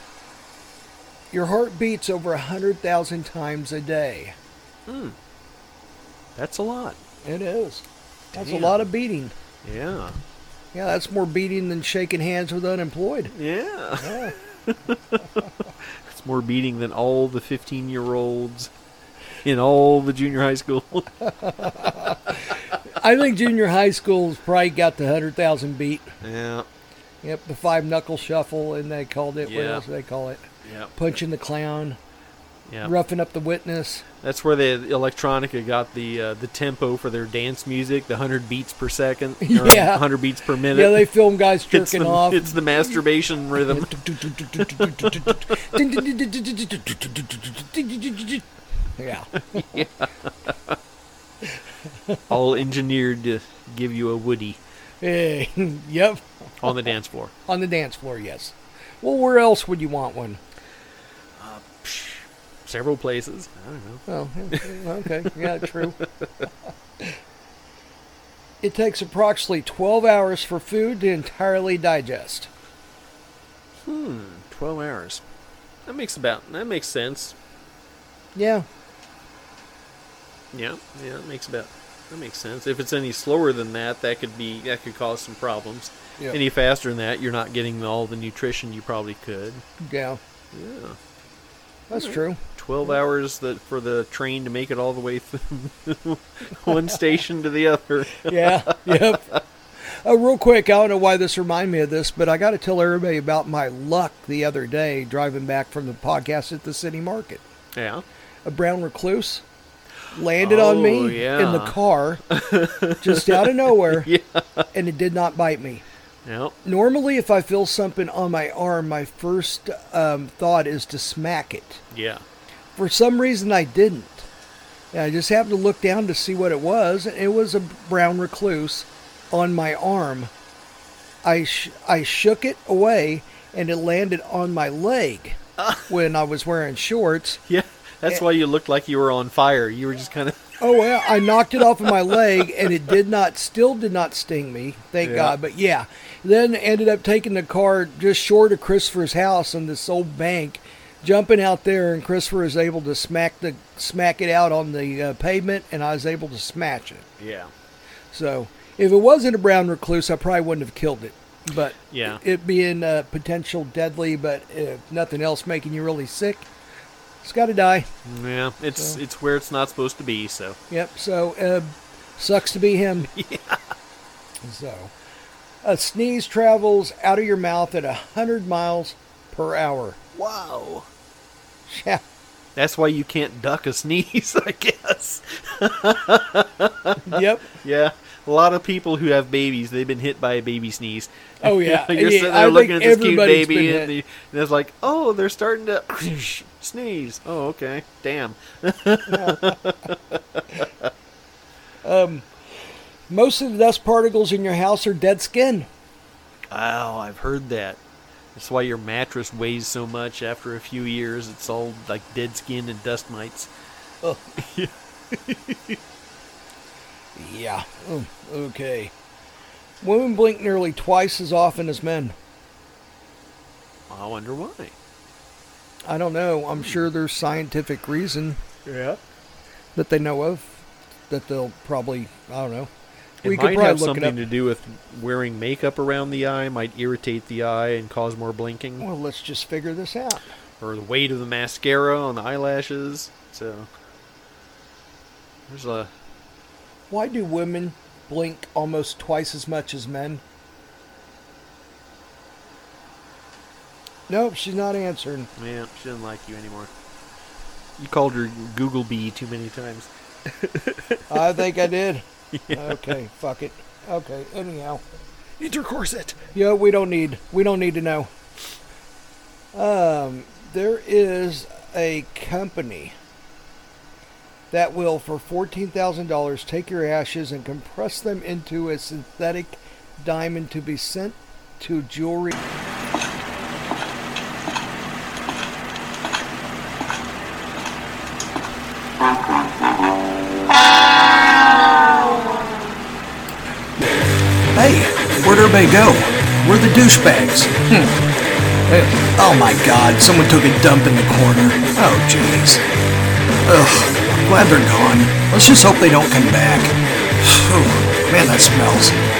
your heart beats over a hundred thousand times a day.
That's a lot.
It is. That's
Damn.
a lot of beating.
Yeah.
Yeah, that's more beating than shaking hands with unemployed.
Yeah.
Yeah.
It's more beating than all the 15 year olds in all the junior high school.
I think junior high school's probably got the hundred thousand beat.
yeah.
Yep, the five knuckle shuffle, and they called it. What
Yeah.
else do they call it?
Yeah.
Punching the clown,
Yeah.
roughing up the witness.
That's where the electronica got the uh, the tempo for their dance music, the 100 beats per second, or
Yeah.
100 beats per minute.
Yeah, they film guys
it's
jerking
the,
off.
It's the masturbation rhythm.
yeah.
all engineered to give you a woody
Eh, yep.
on the dance floor.
On the dance floor, yes. Well, where else would you want one?
Several places. I don't know.
Oh, yeah, okay. Yeah, true. it takes approximately 12 hours for food to entirely digest.
Hmm, 12 hours. That makes about that makes sense.
Yeah.
Yeah, yeah, that makes about That makes sense. If it's any slower than that, that could be that could cause some problems.
Yeah.
Any faster than that, you're not getting all the nutrition you probably could.
Yeah.
Yeah.
That's true.
12 hours that for the train to make it all the way from one station to the other.
yeah, yep. Uh, real quick, I don't know why this reminded me of this, but I got to tell everybody about my luck the other day driving back from the podcast at the city market.
Yeah.
A brown recluse landed on
Oh,
me in the
yeah.
car just out of nowhere, and it did not bite me.
Yeah.
Normally, if I feel something on my arm, my first um, thought is to smack it.
Yeah.
For some reason, I didn't. And I just happened to look down to see what it was, and it was a brown recluse on my arm. I sh- I shook it away, and it landed on my leg when I was wearing shorts.
Yeah. That's why you looked like you were on fire. You were just kind of
Oh well, I knocked it off of my leg, and it did not, still did not sting me, thank
Yeah.
God. But yeah, then ended up taking the car just short of Christopher's house on this old bank, jumping out there, and Christopher is able to smack the smack it out on the uh, pavement, and I was able to smash it.
Yeah.
So if it wasn't a brown recluse, I probably wouldn't have killed it. But
Yeah.
it being uh, potential deadly, but if nothing else making you really sick, it's got to die.
Yeah. It's it's where it's not supposed to be, so.
Yep. So, uh, sucks to be him. Yeah. So, a sneeze travels out of your mouth at a hundred miles per hour.
Wow.
Yeah.
That's why you can't duck a sneeze, I guess.
Yep.
Yeah. A lot of people who have babies, they've been hit by a baby sneeze.
Oh yeah. Yeah,
You're sitting there
I
looking at
think
this cute
everybody's
baby,
been
and,
hit.
the, and it's like, oh, they're starting to sneeze. Oh, okay, damn.
Most of the dust particles in your house are dead skin.
Oh, I've heard that. That's why your mattress weighs so much. After a few years, it's all like dead skin and dust mites.
Yeah. Oh, okay. Women blink nearly twice as often as men.
I wonder why.
I don't know. I'm sure there's scientific reason.
Yeah,
that they know of that they'll probably I don't know.
it
we
might
could
have
probably look it up.
something to do with wearing makeup around the eye. Might irritate the eye and cause more blinking,
Well, let's just figure this out.
or the weight of the mascara on the eyelashes. So there's a
Why do women blink almost twice as much as men? Nope, she's not answering.
Yeah, she doesn't like you anymore. You called her Google Bee too many times.
I think I did. Okay, fuck it. Okay, anyhow.
Intercorset.
Yeah, we don't need we don't need to know. Um, there is a company that will, for fourteen thousand dollars, take your ashes and compress them into a synthetic diamond to be sent to jewelry.
Hey, where'd everybody go? Where are the douchebags? Hmm. Hey, Oh my god, someone took a dump in the corner. Oh jeez. Ugh, glad they're gone. Let's just hope they don't come back. Whew, man, that smells.